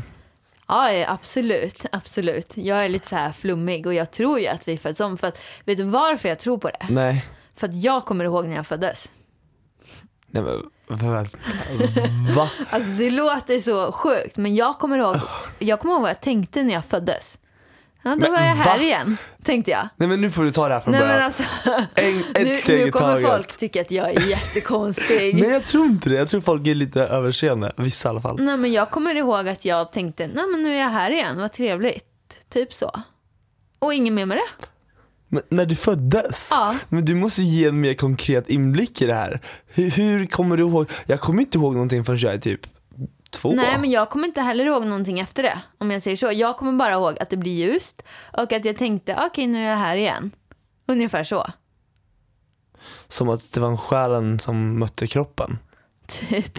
B: Ja, ja, absolut, absolut. Jag är lite så här flummig och jag tror ju att vi föds om. För att, vet du varför jag tror på det?
C: Nej.
B: För att jag kommer ihåg när jag föddes.
C: Nej men vad- va?
B: Alltså det låter så sjukt, men jag kommer ihåg, jag kommer ihåg vad jag tänkte när jag föddes. Ja, då
C: Men
B: var jag här
C: va?
B: igen, tänkte jag.
C: Nej men nu får du ta det här från
B: Nej
C: början.
B: men alltså,
C: en, (laughs) ett
B: nu,
C: steg
B: nu
C: i
B: kommer
C: taget.
B: folk tycka att jag är jättekonstig.
C: (laughs) Nej jag tror inte det, jag tror folk är lite överseende. Vissa i alla fall.
B: Nej men jag kommer ihåg att jag tänkte, nej men nu är jag här igen, vad trevligt. Typ så. Och inget mer med det.
C: Men när du föddes?
B: Ja.
C: Men du måste ge en mer konkret inblick i det här. Hur, hur kommer du ihåg? Jag kommer inte ihåg någonting förrän jag är typ två.
B: Nej men jag kommer inte heller ihåg någonting efter det. Om jag säger så. Jag kommer bara ihåg att det blir ljust och att jag tänkte, okej nu är jag här igen. Ungefär så.
C: som att det var en själen som mötte kroppen.
B: Typ.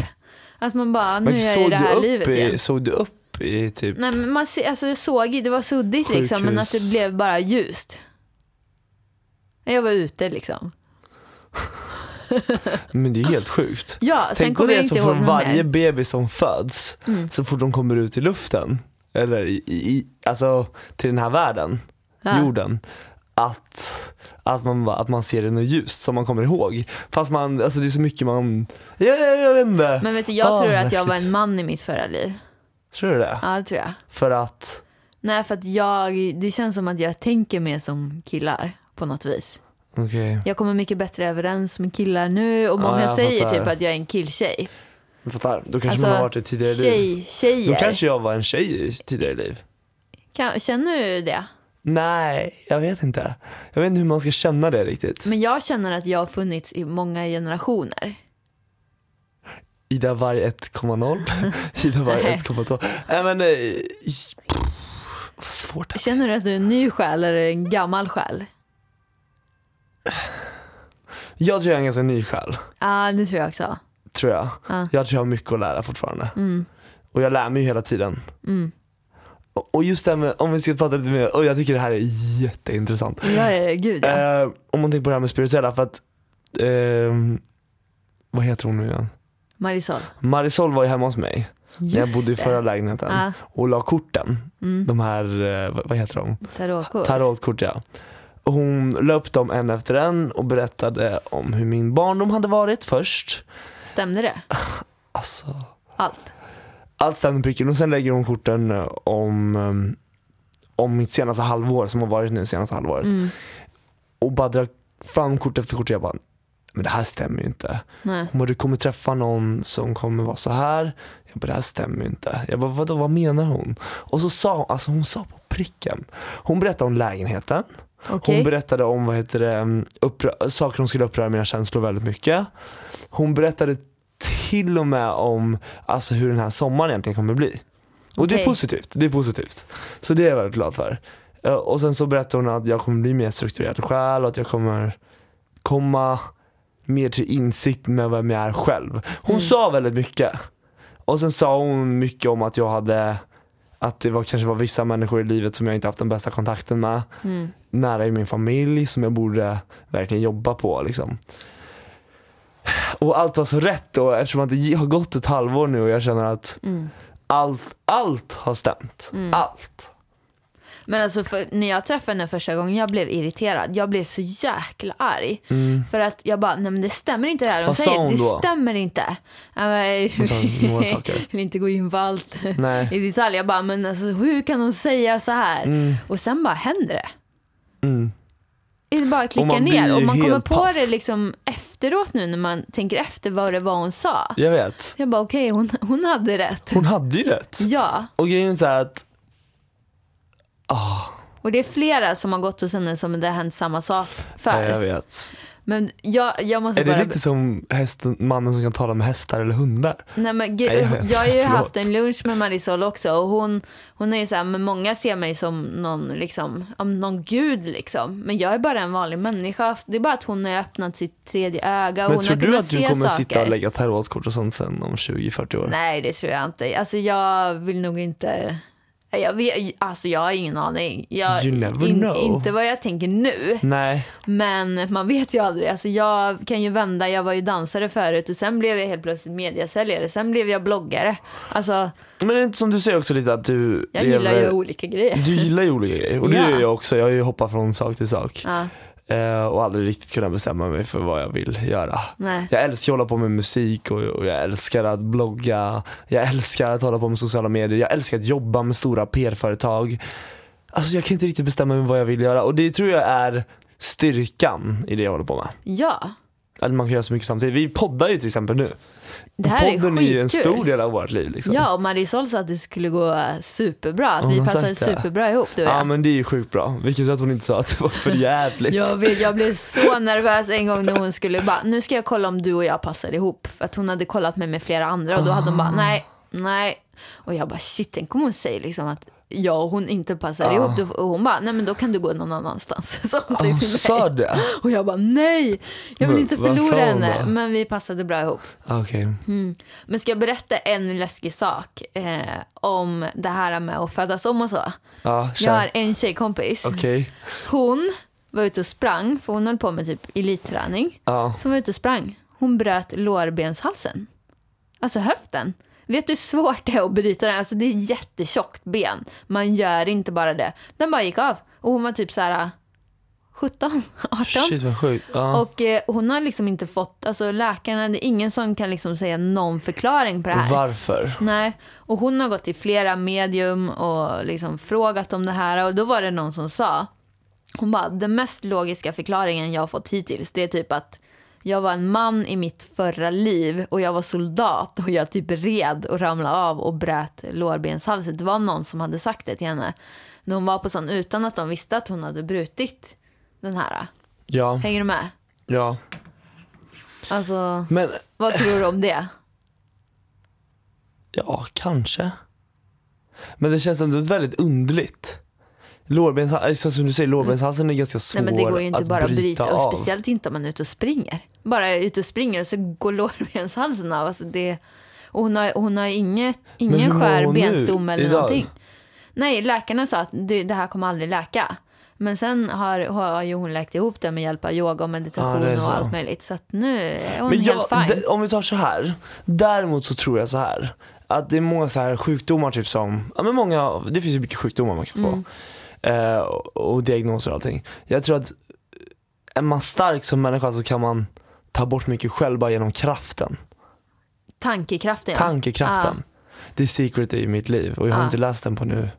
B: Att man bara, nu
C: Men
B: är jag i
C: såg,
B: det
C: du
B: här
C: upp
B: livet igen.
C: i, såg du upp i typ,
B: Nej men man ser, alltså jag såg, i- det var suddigt liksom men att det
C: Sjukhus.
B: blev bara ljust. Jag var ute liksom.
C: men det är helt sjukt.
B: Ja, sen
C: Tänk på
B: kommer jag
C: det
B: inte
C: som
B: ihåg
C: för
B: någon
C: varje
B: mer. Mm.
C: bebis som föds, så fort de kommer ut i luften, eller i, i, alltså till den här världen,
B: Ja.
C: jorden, att, att, man, bara- att man ser det något ljus som man kommer ihåg. Fast man, alltså det är så mycket man, ja, ja, jag vet inte.
B: Men vet du, jag
C: Ah,
B: tror att jag
C: läskigt.
B: var en man i mitt förra liv.
C: Tror du det?
B: Ja, det tror jag.
C: För att,
B: Nej, för att jag, det känns som att jag tänker mer som killar på något vis.
C: okej.
B: Jag kommer mycket bättre överens med killar nu och många
C: jag
B: säger
C: fattar.
B: typ att jag är en killtjej.
C: Jag fattar, då kanske
B: Alltså,
C: man har varit i tidigare liv.
B: Tjej,
C: Då
B: tjejer.
C: kanske jag var en tjej i tidigare liv.
B: Kan, känner du det?
C: Nej, jag vet inte. Jag vet inte hur man ska känna det riktigt.
B: Men jag känner att jag har funnits i många generationer.
C: Ida
B: (laughs)
C: Varg 1,0. Ida Varg
B: Nej.
C: 1,2. Nej men, eh, i- pff, vad svårt det är.
B: Känner du att du är en ny själ eller en gammal själ?
C: Jag tror jag är en ganska ny själ,
B: Ja, det tror jag också.
C: tror jag.
B: Ja. Mm.
C: Jag tror jag har mycket att lära fortfarande. Och jag lär mig ju hela tiden. Och och just det här med, om vi ska prata lite mer, och jag tycker det här är jätteintressant.
B: Ja, ja, ja, gud ja.
C: Eh, om man tänker på det här med spirituella, för att, eh, vad heter hon nu igen?
B: Marisol.
C: Marisol var ju hemma hos mig
B: Just
C: när jag bodde
B: det.
C: i förra lägenheten
B: Ja. Mm.
C: och la korten. De här, eh, vad- vad heter de?
B: Tarotkort.
C: Tarotkort ja. Och hon la upp dem en efter en och berättade om hur min barndom hade varit först.
B: Stämde det?
C: Alltså,
B: Allt?
C: allt stämmer pricken och sen lägger hon korten eh, om, eh, om mitt senaste halvår som har varit nu senaste halvåret.
B: Mm.
C: Och bara drar fram kort efter kort och jag bara, men det här stämmer ju inte.
B: Nej.
C: Hon bara, du kommer träffa någon som kommer vara så här. Jag bara, det här stämmer ju inte. Jag bara, vadå, vad menar hon? Och så sa hon, alltså hon sa på pricken. Hon berättade om lägenheten.
B: Okej.
C: Hon berättade om, vad heter det, um, upprö- saker som skulle uppröra mina känslor väldigt mycket. Hon berättade till och med om, alltså hur den här sommaren egentligen kommer bli. Och det är
B: Okej.
C: positivt, det är positivt. Så det är jag väldigt glad för. Eh, Och sen så berättade hon att jag kommer bli mer strukturerad själv och att jag kommer komma mer till insikt med vem jag är själv.
B: Mm.
C: Hon sa väldigt mycket. Och sen sa hon mycket om att jag hade, att det var, kanske var vissa människor i livet som jag inte haft den bästa kontakten med.
B: Mm.
C: Nära i min familj som jag borde verkligen jobba på liksom. Och allt var så rätt och eftersom att det gi- har gått ett halvår nu och jag känner att
B: Mm.
C: allt, allt har stämt. Allt.
B: Men alltså för, när jag träffade henne första gången, jag blev irriterad. Jag blev så jäkla arg. För att jag bara, nej men det stämmer inte det här
C: Mm. Vad sa
B: säger.
C: hon
B: det
C: då?
B: stämmer inte. Jag bara,
C: Hon sa några saker.
B: (laughs) vill inte gå in på allt
C: Nej.
B: i detalj. Jag bara, men alltså hur kan hon säga så här? Och sen bara händer det.
C: Mm.
B: Det bara
C: Och
B: klickar
C: man blir
B: ner och
C: ju
B: man kommer
C: helt
B: på
C: paff.
B: det liksom efteråt nu när man tänker efter vad det var hon sa.
C: Jag vet.
B: Jag bara okej, hon, hon hade rätt.
C: Hon hade ju rätt.
B: Ja,
C: Och grejen är så här att
B: och det är flera som har gått hos henne som det har hänt samma sak
C: Nej, jag
B: för.
C: vet.
B: Men jag, jag måste
C: Är det
B: bara...
C: lite som hästen, mannen som kan tala med hästar eller hundar?
B: Nej, men,
C: Nej,
B: ge-
C: jag vet.
B: jag har ju
C: (laughs) Förlåt.
B: haft en lunch med Marisol också och hon, hon är ju så här, men många ser mig som någon, liksom, om någon gud liksom. Men jag är bara en vanlig människa. Det är bara att hon har öppnat sitt tredje öga och
C: Men
B: hon
C: tror
B: har
C: du
B: kunnat
C: att du
B: se
C: kommer
B: saker.
C: sitta och lägga tarotkort och sånt sen om 20-40 år?
B: Nej, det tror jag inte. Alltså jag vill nog inte... Nej, Jag, vet, alltså jag har ingen aning. Jag,
C: You never know.
B: Inte vad jag tänker nu.
C: Nej.
B: Men man vet ju aldrig. Alltså jag kan ju vända. Jag var ju dansare förut och sen blev jag helt plötsligt mediasäljare. Sen blev jag bloggare. Alltså,
C: Men är det inte som du säger också lite att du
B: jag gillar ju
C: lever-
B: olika grejer.
C: Du gillar ju olika grejer och det
B: Ja.
C: gör jag också. Jag har ju hoppat från sak till sak.
B: Ja,
C: Eh, och aldrig riktigt kunnat bestämma mig för vad jag vill göra.
B: nej.
C: Jag älskar att hålla på med musik och, och jag älskar att blogga. Jag älskar att hålla på med sociala medier. Jag älskar att jobba med stora PR-företag. Alltså jag kan inte riktigt bestämma mig vad jag vill göra och det tror jag är styrkan i det jag håller på med.
B: Ja,
C: Att man kan göra så mycket samtidigt. Vi poddar ju till exempel nu.
B: det här är
C: Podden är, ju en stor
B: skitkul.
C: del av vårt liv liksom.
B: Ja, och Marisol sa att det skulle gå superbra. Att
C: Hon
B: vi
C: har
B: passade
C: sagt det.
B: superbra ihop du och
C: Ja
B: jag.
C: men det är ju sjukt bra. Vilken tur att hon inte sa att det var för jävligt.
B: Jag, vet, jag blev så nervös en gång när hon skulle bara,
C: Ah.
B: nu ska jag kolla om du och jag passar ihop. För att hon hade kollat mig med flera andra och då hade hon bara, nej, nej, Och jag bara shit, tänk om hon säger liksom att jag och hon inte passar
C: Ah.
B: ihop. Då- Och hon bara, nej men då kan du gå någon annanstans. (laughs) Så hon
C: Hon
B: typ till mig.
C: sa det?
B: Och jag bara nej, jag vill
C: Men
B: inte
C: vad sa
B: förlora
C: hon
B: henne.
C: då?
B: Men vi passade bra ihop.
C: Ah, Okej.
B: Mm. Men ska jag berätta en läskig sak eh, om det här med att födas om och så?
C: Ja,
B: Jag
C: Ah, kör.
B: har en tjejkompis.
C: Okej.
B: Hon var ute och sprang, för hon höll på med typ elitträning.
C: Ja.
B: Så hon var ute och sprang. Hon bröt lårbenshalsen. Alltså höften. Vet du hur svårt det är att bryta den? Alltså det är jättetjockt ben. Man gör inte bara det. Den bara gick av. Och hon var typ så här 17, (laughs) 18.
C: Shit vad sjukt. Ah. Ja.
B: Och eh, hon har liksom inte fått, alltså läkarna, det är ingen som kan liksom säga någon förklaring på det här.
C: Varför?
B: Nej, och hon har gått till flera medium och liksom frågat om det här och då var det någon som sa, hon bara, den mest logiska förklaringen jag har fått hittills det är typ att jag var en man i mitt förra liv och jag var soldat och jag typ red och ramlade av och bröt lårbenshalsen. Det var någon som hade sagt det till henne när hon var på sån utan att de visste att hon hade brutit den här.
C: Ja,
B: Hänger du med?
C: ja.
B: Alltså,
C: Men,
B: vad tror du om det?
C: ja kanske. Men det känns ändå väldigt underligt. Lårbens, alltså, som du säger, lårbenshalsen är ganska svår
B: Mm. Nej men det går ju inte
C: att
B: bara att bryta
C: bryta, av.
B: och speciellt inte om man är ute och springer. Bara är ute och springer och så går (laughs) lårbenshalsen av. Alltså det, och hon har, hon har inget,
C: hur mår
B: ingen skär
C: hon nu,
B: benstomme eller
C: idag?
B: någonting. Nej, läkarna sa att det, det här kommer aldrig läka. Men sen har, har ju hon läkt ihop det med hjälp av yoga och
C: Ja,
B: meditation
C: det är så.
B: och allt möjligt. Så att nu är hon
C: Men jag,
B: helt fine.
C: d- om vi tar så här. Däremot så tror jag så här. Att det är många så här sjukdomar typ som, ja men många, det finns ju mycket sjukdomar man kan få.
B: Mm.
C: Eh, och, och diagnoser och allting. Jag tror att är man stark som människa så kan man ta bort mycket själv bara genom kraften.
B: Tankekraften ja.
C: Tankekraften. The Secret är ju mitt liv och jag har
B: Ja.
C: inte läst den på nu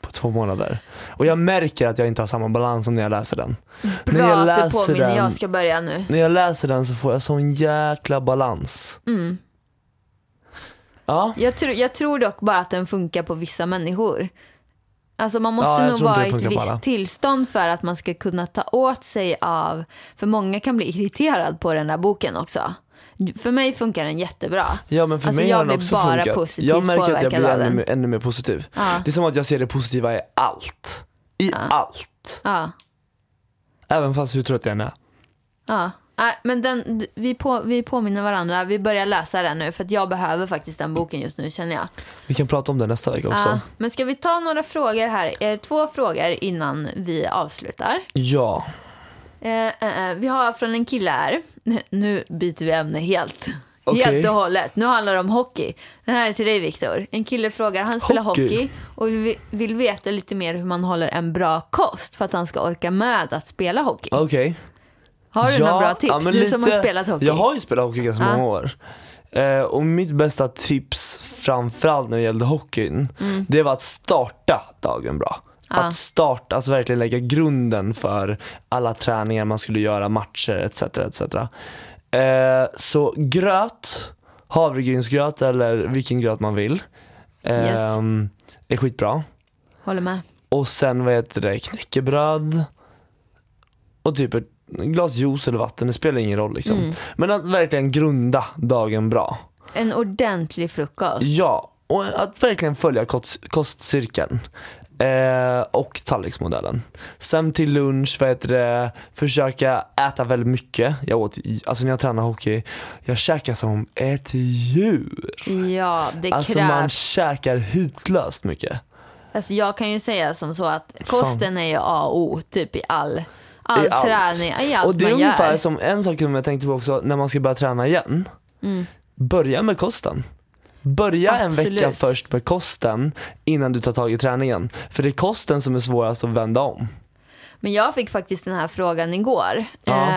C: på två månader. Och jag märker att jag inte har samma balans som när jag läser den.
B: Bra
C: när jag
B: att du
C: läser
B: påminner,
C: den,
B: jag ska börja nu.
C: när jag läser den så får jag sån jäkla balans.
B: Mm.
C: Ja.
B: Jag, tror jag tror dock bara att den funkar på vissa människor. Alltså man måste
C: Ja, jag
B: nog
C: tror inte
B: vara
C: den
B: i ett
C: funkar på alla.
B: visst tillstånd för att man ska kunna ta åt sig av, för många kan bli irriterad på den där boken också. För mig funkar den jättebra.
C: Ja men för
B: Alltså,
C: mig
B: jag
C: har den
B: blir
C: också
B: bara
C: funkat.
B: positivt
C: jag märker att jag
B: påverkad
C: blir
B: av
C: ännu,
B: den.
C: mer- ännu mer positiv.
B: Ja.
C: Det är som att jag ser det positiva i allt. I allt.
B: Ja,
C: Även fast hur trött jag än är.
B: ja. Nej, men den, d- vi, på, vi påminner varandra, vi börjar läsa den nu för att jag behöver faktiskt den boken just nu känner jag.
C: Vi kan prata om det nästa vecka också.
B: Ja. Men ska vi ta några frågor här, eh, två frågor innan vi avslutar.
C: Ja.
B: Eh, eh, eh, vi har från en kille här. (laughs) Nu byter vi ämne helt.
C: Okej.
B: Helt och hållet. Nu handlar det om hockey. Den här är till dig Viktor. En kille frågar, han spelar
C: Hockey?
B: hockey, och vi- vill veta lite mer hur man håller en bra kost för att han ska orka med att spela hockey.
C: Okej.
B: Har du
C: Ah, ja,
B: några bra tips?
C: ja,
B: du
C: men
B: som har
C: lite-
B: spelat hockey.
C: Jag har ju spelat hockey ganska
B: Ja.
C: många år. Eh, och mitt bästa tips framförallt när det gällde hockeyn,
B: Mm.
C: det var att starta dagen bra. Att starta, alltså verkligen lägga grunden för alla träningar man skulle göra, matcher etc. etc. Eh, så gröt, havregrynsgröt eller vilken gröt man vill,
B: Yes.
C: ehm, är skitbra.
B: Håller med.
C: Och sen vad heter det, knäckebröd och typ ett glas juice eller vatten, det spelar ingen roll liksom. Men att verkligen grunda dagen bra.
B: En ordentlig frukost.
C: Ja, och att verkligen följa kost, kostcirkeln. Eh, och tallriksmodellen. Sen till lunch, vad heter det, försöka äta väldigt mycket. Jag åt, alltså när jag tränar hockey, jag käkar som ett djur.
B: Ja, det
C: Alltså
B: krävs.
C: man käkar hutlöst mycket.
B: Alltså jag kan ju säga som så att kosten är ju A och O typ i all, all
C: I allt.
B: träning, i allt
C: och det är
B: man
C: ungefär
B: gör.
C: som en sak som jag tänkte på också när man ska börja träna igen.
B: Mm.
C: Börja med kosten. Börja en
B: Absolut.
C: vecka först med kosten innan du tar tag i träningen. För det är kosten som är svårast att vända om.
B: Men jag fick faktiskt den här frågan igår.
C: Ja.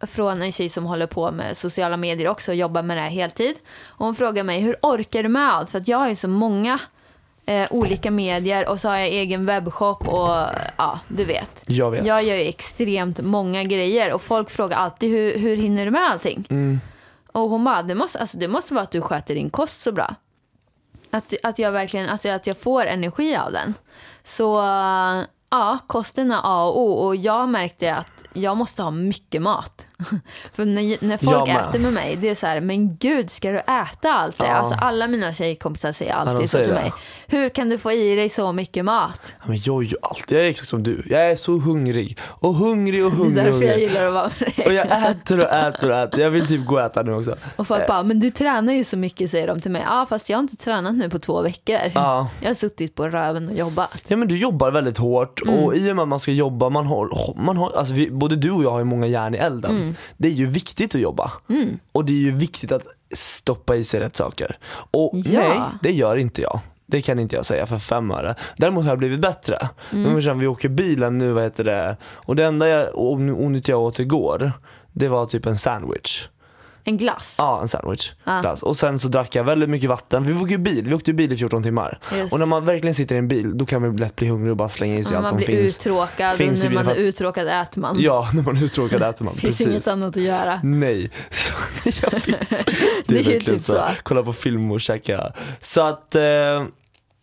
B: Eh, från en tjej som håller på med sociala medier också och jobbar med det här heltid. Och hon frågar mig, hur orkar du med allt? För att jag har ju så många eh, olika medier och så har jag egen webbshop och ja, du vet.
C: Jag vet.
B: Jag gör ju extremt många grejer och folk frågar alltid, hur, hur hinner du med allting? Och hon bara, det måste, alltså, det måste vara att du sköter din kost så bra. Att, att jag verkligen, alltså att jag får energi av den. Så Ja, kosten är A och O och jag märkte att jag måste ha mycket mat. (laughs) För när, när folk
C: Jag med.
B: äter med mig, det är så här, men gud ska du äta allt det?
C: Ja.
B: Alltså alla mina tjejkompisar säger alltid så
C: säger
B: till
C: det.
B: mig. Hur kan du få i dig så mycket mat?
C: Ja, Men jag är ju alltid, jag är exakt som du. Jag är så hungrig. Och hungrig och
B: Det är
C: hungrig.
B: därför jag
C: hungrig.
B: gillar att vara med
C: Och
B: dig.
C: jag äter och äter och äter. Jag vill typ gå och äta nu också.
B: Och folk bara, men du tränar ju så mycket säger de till mig. Ja, fast jag har inte tränat nu på två veckor.
C: Ja.
B: Jag har suttit på röven och jobbat.
C: Ja men du jobbar väldigt hårt och i och med att man ska jobba, man har, man har alltså vi, både du och jag har ju många järn i elden. Det är ju viktigt att jobba. Och det är ju viktigt att stoppa i sig rätt saker. Och
B: Ja.
C: nej, det gör inte jag. Det kan inte jag säga för fem öre. Däremot har jag blivit bättre. Mm. Men sen, vi åker bilen nu, vad heter det? Och det enda jag, on- onyttiga jag åt igår, det var typ en sandwich.
B: En glass.
C: Ja, en sandwich.
B: Ja.
C: Glass. Och sen så drack jag väldigt mycket vatten. Vi åkte ju bil, vi åkte ju bil i 14 timmar.
B: Just.
C: Och när man verkligen sitter i en bil, då kan man ju lätt bli hungrig och bara slänga i sig
B: man
C: allt som
B: blir
C: finns.
B: uttråkad
C: finns i
B: och när man är
C: bilen.
B: uttråkad äter man.
C: Ja, när man är uttråkad äter man.
B: det (laughs) finns
C: Precis.
B: inget annat att göra.
C: Nej, (laughs) så, jag vet.
B: (laughs) Det är ju
C: verkligen
B: typ så.
C: Kolla på film och käka. Så att, eh,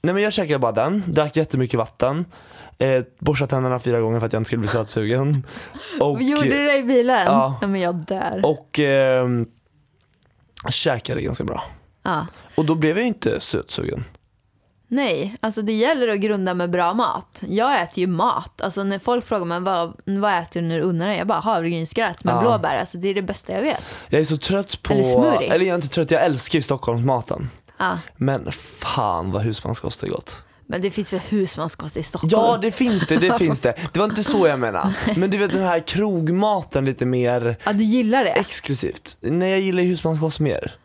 C: nej men jag käkade bara den, drack jättemycket vatten, eh, borstade tänderna fyra gånger för att jag inte skulle bli sötsugen.
B: (laughs)
C: Och,
B: Vi gjorde du det i bilen?
C: Ja.
B: Ja. men jag dör.
C: och eh, käkade ganska bra.
B: Ja.
C: Och då blev jag ju inte sötsugen.
B: Nej, alltså det gäller att grunda med bra mat. Jag äter ju mat. Alltså när folk frågar mig vad, vad äter du när du unnar dig? Jag bara havregrynsgröt med
C: Ja.
B: blåbär. Alltså det är det bästa jag vet.
C: Jag är så trött på,
B: Eller smoothie.
C: eller jag är inte trött, jag älskar ju Stockholmsmaten.
B: Ja.
C: Men fan vad husmanskost är gott.
B: Men det finns väl husmanskost i Stockholm?
C: Ja det finns
B: (laughs)
C: det, det finns det. Det var inte så jag menade. Men du vet den här krogmaten lite mer
B: Ja, du gillar det?
C: exklusivt. Nej jag gillar ju husmanskost mer.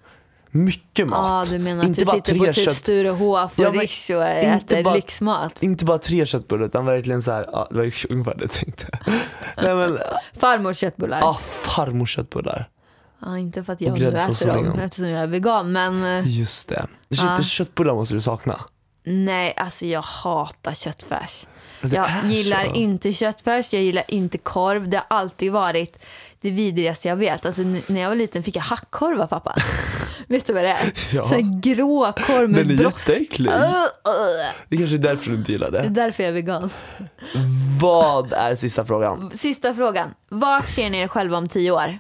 C: Mycket
B: Ja,
C: mat.
B: du menar att
C: inte
B: du
C: bara
B: sitter
C: tre
B: på typ
C: kött,
B: Sturehof och
C: Ja, men
B: Riche och
C: inte
B: äter
C: bara-
B: lyxmat.
C: Inte bara tre köttbullar utan verkligen så här, ja det var ju ungefär det jag tänkte.
B: (laughs)
C: Nej men,
B: Farmors köttbullar.
C: ah farmors köttbullar.
B: Ja, inte för att
C: Och
B: jag nu
C: gräddsås
B: äter
C: och
B: dem
C: lingon.
B: eftersom jag är vegan. Men eh,
C: Just det. Shit,
B: Ah.
C: köttbullar måste du sakna.
B: nej, alltså jag hatar köttfärs.
C: Men det är
B: Jag
C: så.
B: gillar inte köttfärs, jag gillar inte korv. Det har alltid varit det vidrigaste jag vet. Alltså, n- när jag var liten fick jag hackkorv av pappa. (laughs) vet du vad det är?
C: (laughs) Ja.
B: Så här grå korv med
C: Den är
B: brost.
C: jätteäcklig.
B: Ugh, ugh.
C: Det kanske är därför du inte gillar
B: Det är
C: det.
B: därför jag är vegan.
C: Vad är sista frågan?
B: Sista frågan. Vart ser ni er själva om tio år?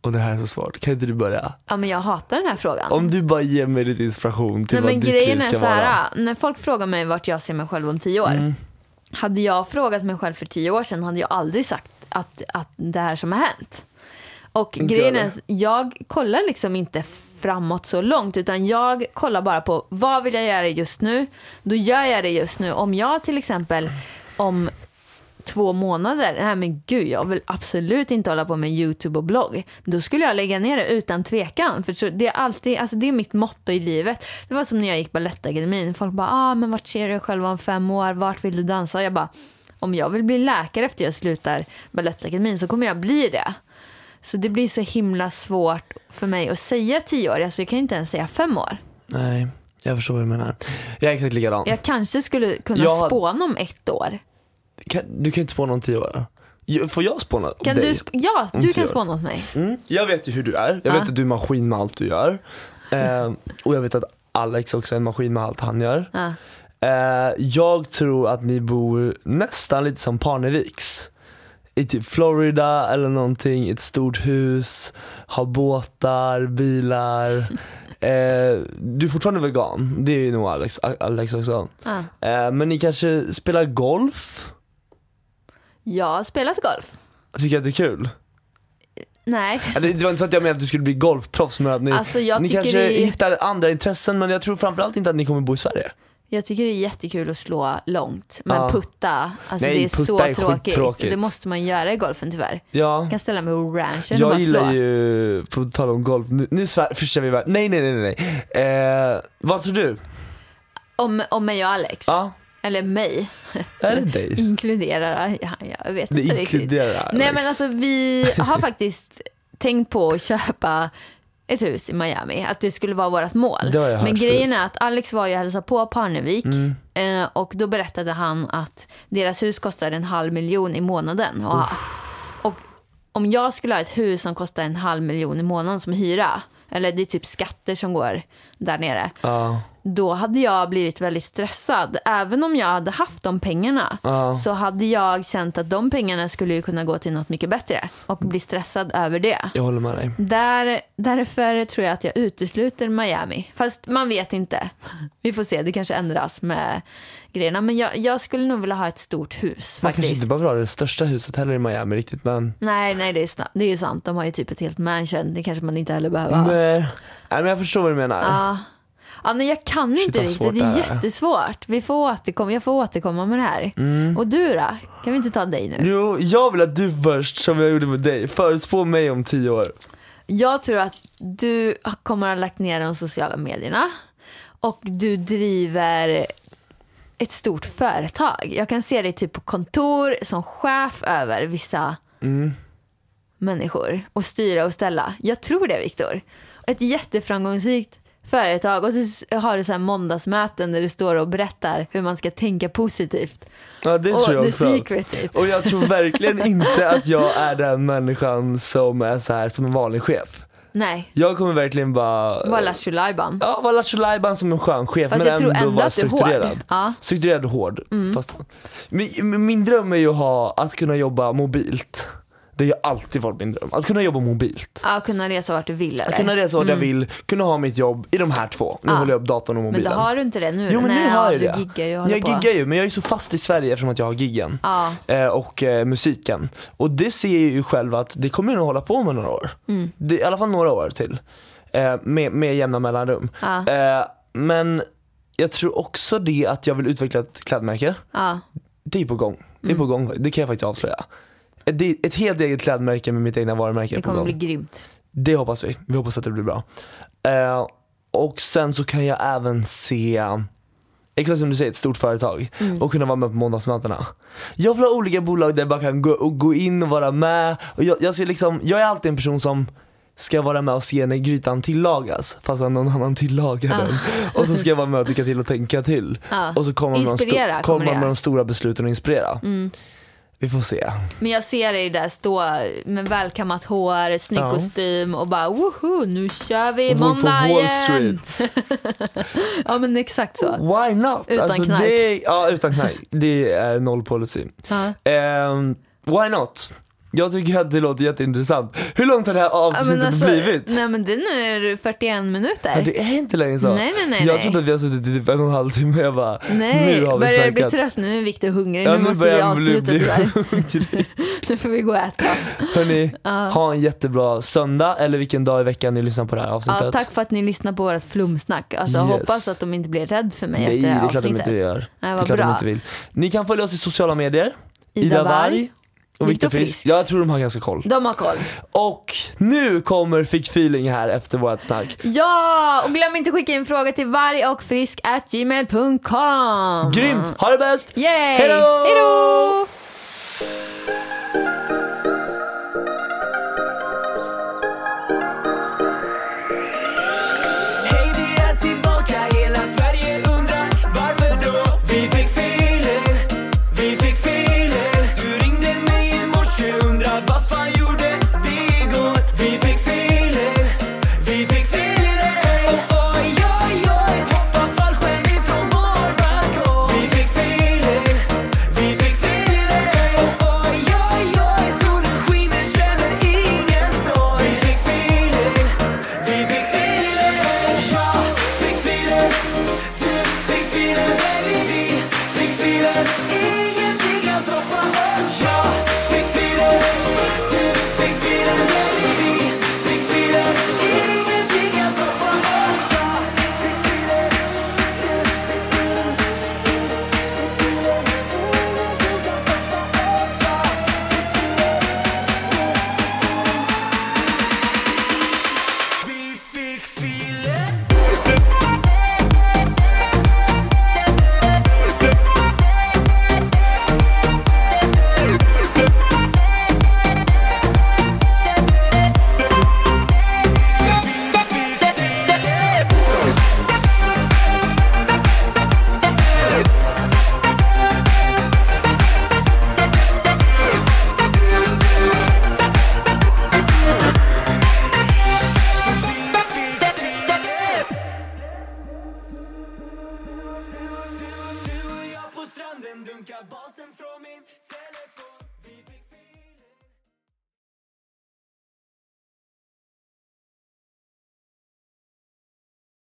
C: Och det här är så svårt, kan inte du börja?
B: Ja, men jag hatar den här frågan.
C: Om du bara ger mig lite inspiration till
B: Nej, men
C: vad ditt liv
B: grejen är
C: ska
B: så
C: vara. Mm.
B: här, äh, när folk frågar mig vart jag ser mig själv om tio år. Hade jag frågat mig själv för tio år sedan hade jag aldrig sagt att, att det här som har hänt. Och
C: Inte
B: grejen
C: jag
B: är, jag kollar liksom inte framåt så långt utan jag kollar bara på vad vill jag göra just nu? Då gör jag det just nu. Om jag till exempel om två månader, nej men gud jag vill absolut inte hålla på med YouTube och blogg. Då skulle jag lägga ner det utan tvekan. För så, det, är alltid, alltså det är mitt motto i livet. Det var som när jag gick Balettakademin. Folk bara, ah, men vart ser du dig själv om fem år? Vart vill du dansa? Jag bara, om jag vill bli läkare efter jag slutar Balettakademin så kommer jag bli det. Så det blir så himla svårt för mig att säga tio år. Alltså jag kan inte ens säga fem år.
C: Nej, jag förstår vad du menar. Jag är exakt likadan.
B: Jag kanske skulle kunna
C: Jag har-
B: spåna om ett år.
C: Kan, du kan inte spåna om tio år. Ju- Får jag spåna om
B: Kan
C: dig?
B: du sp- Ah. ja, du
C: tio
B: kan
C: år.
B: spåna åt mig.
C: Mm, jag vet ju hur du är.
B: Ja.
C: Jag vet att du är en maskin med allt du gör. Eh, och jag vet att Alex också är en maskin med allt han gör.
B: Ja.
C: Eh, jag tror att ni bor nästan lite som Parneviks. I typ Florida eller någonting, i ett stort hus, har båtar, bilar.
B: (laughs)
C: Eh, du är fortfarande vegan, det är ju nog Alex, Alex också.
B: Ja.
C: Eh, men ni kanske spelar golf?
B: Jag har spelat golf.
C: Tycker att det är kul?
B: Nej.
C: Eller, det var inte så att jag menade att du skulle bli golfproffs men att ni,
B: Alltså, jag
C: ni
B: tycker
C: kanske
B: det är-
C: hittar andra intressen men jag tror framförallt inte att ni kommer bo i Sverige.
B: Jag tycker det är jättekul att slå långt, men
C: Ja.
B: putta, alltså
C: Nej,
B: det är så
C: putta är
B: tråkigt.
C: skittråkigt.
B: Det måste man göra i golfen tyvärr.
C: Ja.
B: Jag kan ställa mig på ranchen och
C: Jag
B: bara slå.
C: gillar ju, på tal om golf, nu, nu svär, förstår vi bara, nej nej nej nej. Eh, vad tror du?
B: Om, om mig och Alex,
C: Ja,
B: eller mig,
C: är det
B: Mm.
C: dig?
B: inkluderar, ja, jag vet
C: Det
B: inte riktigt.
C: inkluderar Alex.
B: Nej men alltså vi har faktiskt tänkt på att köpa ett hus i Miami, att det skulle vara vårt mål.
C: Det har jag
B: Men
C: hört
B: grejen
C: förut. Mm.
B: är att Alex var ju och hälsade på Parnevik eh, och då berättade han att deras hus kostar en halv miljon i månaden. Och, och om jag skulle ha ett hus som kostar en halv miljon i månaden som hyra, eller det är typ skatter som går där nere,
C: Ja,
B: då hade jag blivit väldigt stressad. Även om jag hade haft de pengarna
C: Ja.
B: så hade jag känt att de pengarna skulle ju kunna gå till något mycket bättre och bli stressad över det.
C: Jag håller med dig.
B: Där, därför tror jag att jag utesluter Miami. Fast man vet inte. Vi får se, det kanske ändras med grejerna. Men jag, jag skulle nog vilja ha ett stort hus
C: Man kanske
B: faktiskt.
C: inte behöver ha det största huset heller i Miami riktigt men
B: Nej, nej det är, snabbt. det är ju sant. De har ju typ ett helt mansion. Det kanske man inte heller behöver ha.
C: Nej, nej, men jag förstår vad du menar.
B: Ja. Ja, nej, jag kan inte
C: vad
B: riktigt.
C: svårt
B: Det är
C: det här är.
B: jättesvårt. Vi får återkomma. Jag får återkomma med det här.
C: Mm.
B: Och du då? Kan vi inte ta dig nu?
C: Jo, jag vill att du först som jag gjorde med dig, förutspå mig om tio år.
B: Jag tror att du kommer att ha lagt ner de sociala medierna och du driver ett stort företag. Jag kan se dig typ på kontor som chef över vissa
C: Mm.
B: människor och styra och ställa. Jag tror det Viktor. Ett jätteframgångsrikt företag och så har du så här måndagsmöten där du står och berättar hur man ska tänka positivt.
C: Ja det tror
B: och
C: jag
B: the
C: också.
B: secret typ.
C: Och jag tror verkligen inte att jag är den människan som är så här som en vanlig chef.
B: Nej,
C: Jag kommer verkligen bara...
B: bara lattjo lajban.
C: Ja, vara lattjo lajban som en skön chef
B: Fast
C: men
B: jag tror ändå,
C: vara
B: att du är hård.
C: strukturerad.
B: Ja. Mm.
C: Strukturerad och hård. Fast, min, min- min dröm är ju att, ha, att kunna jobba mobilt. Det har ju alltid varit min dröm. Att kunna jobba mobilt.
B: Ja, kunna resa vart du vill eller?
C: Att kunna resa vart jag vill, kunna ha mitt jobb i de här två. Nu
B: Mm. Ja.
C: håller jag upp datorn och
B: Men
C: mobilen.
B: då har du inte det nu?
C: Jo men
B: Nej,
C: nu har jag
B: ja,
C: det.
B: Du giggar ju och
C: Men
B: håller
C: jag
B: på.
C: giggar ju men jag är så fast i Sverige eftersom att jag har giggen.
B: Ja.
C: Eh, och eh, musiken. Och det ser jag ju själv att det kommer jag nog hålla på med några år.
B: Mm.
C: Det, I alla fall några år till. Eh, med, med jämna mellanrum.
B: Ja.
C: Eh, men jag tror också det att jag vill utveckla ett klädmärke.
B: Ja.
C: Det är på gång. Det är på
B: Mm.
C: gång. Det kan jag faktiskt avslöja. Ett, det är ett helt eget klädmärke med mitt egna varumärke
B: Det
C: är på
B: kommer
C: gång.
B: bli grymt.
C: Det hoppas vi. Vi hoppas att det blir bra. Eh, och sen så kan jag även se, exakt som du säger, ett stort företag
B: Mm.
C: och kunna vara med på måndagsmötena. Jag vill ha olika bolag där jag bara kan gå, och gå in och vara med. Och jag, jag, ser liksom, jag är alltid en person som ska vara med och se när grytan tillagas fast att någon annan tillagar den.
B: Ah.
C: Och så ska jag vara med och tycka till och tänka till.
B: Ja.
C: Och så kommer man, med de,
B: Ah. Inspirera kommer
C: sto- kommer man
B: det. Mm.
C: med de stora besluten och inspirera. Vi får se.
B: Men jag ser dig där stå med välkammat hår, snygg
C: Ja.
B: kostym och bara woho, nu kör vi
C: Wolf of
B: måndag
C: Wall
B: igen.
C: Street.
B: Ja men exakt så.
C: Why not? Alltså,
B: Utan knark.
C: Det, ja, utan knark. Det är noll policy.
B: Ja.
C: Ehm, why not? Jag tycker att det låter jätteintressant. Hur långt har det här
B: Ja,
C: avsnittet
B: men alltså,
C: blivit?
B: nej men det är nu 41
C: Ja,
B: minuter.
C: det är inte länge sedan.
B: Nej, nej, nej,
C: jag
B: nej.
C: trodde att vi har suttit i typ en och en halv timme. Jag bara,
B: Nej,
C: nu har vi
B: börjar du bli
C: snackat.
B: trött nu är Viktor hungrig.
C: Ja,
B: nu måste vi
C: börjar jag
B: avsluta
C: bli-
B: tyvärr.
C: (laughs) hungrig.
B: (laughs) Nu får vi gå och
C: (laughs)
B: äta.
C: Hörni, ha en jättebra söndag eller vilken dag i veckan ni lyssnar på det här avsnittet.
B: Ja, tack för att ni lyssnar på vårt flumsnack. Alltså,
C: Yes.
B: Hoppas att de inte blir rädda för mig
C: Nej,
B: efter det
C: det
B: här
C: är klart de
B: avsnittet.
C: inte gör.
B: Nej,
C: det är
B: vad
C: klart de
B: bra.
C: inte vill. Ni kan följa oss i sociala medier.
B: Ida Warg
C: och Viktor
B: Viktor
C: Frisk.
B: Frisk.
C: Jag tror de har ganska koll.
B: De har koll.
C: Och nu kommer Fick feeling här efter vårt snack.
B: Ja, och glöm inte skicka in fråga till varg och frisk at gmail.com.
C: Grymt, ha det bäst!
B: Yay!
C: Hej då!
B: Hej då!
D: Hej, vi är tillbaka. Hela Sverige undrar varför då? Vi fick feeling, vi fick feeling. Du ringde mig i morse, undrar vad fan gjorde vi igår? Vi fick feeling, vi fick feeling. Oh, oj, oj, oj, hoppar fallskärm ifrån vår balkong. Vi fick feeling, vi fick feeling. Oh, oj, oj, oj, solen skiner, känner ingen sorg. Vi fick feeling, vi fick feeling. Jag fick feeling, du fick feeling, baby vi fick feeling. Ingenting kan stoppa oss. Jag fick feeling, du fick feeling, baby vi fick feeling. Ingenting kan stoppa oss. Jag fick feeling. Vi fick filen handen dunkar basen från min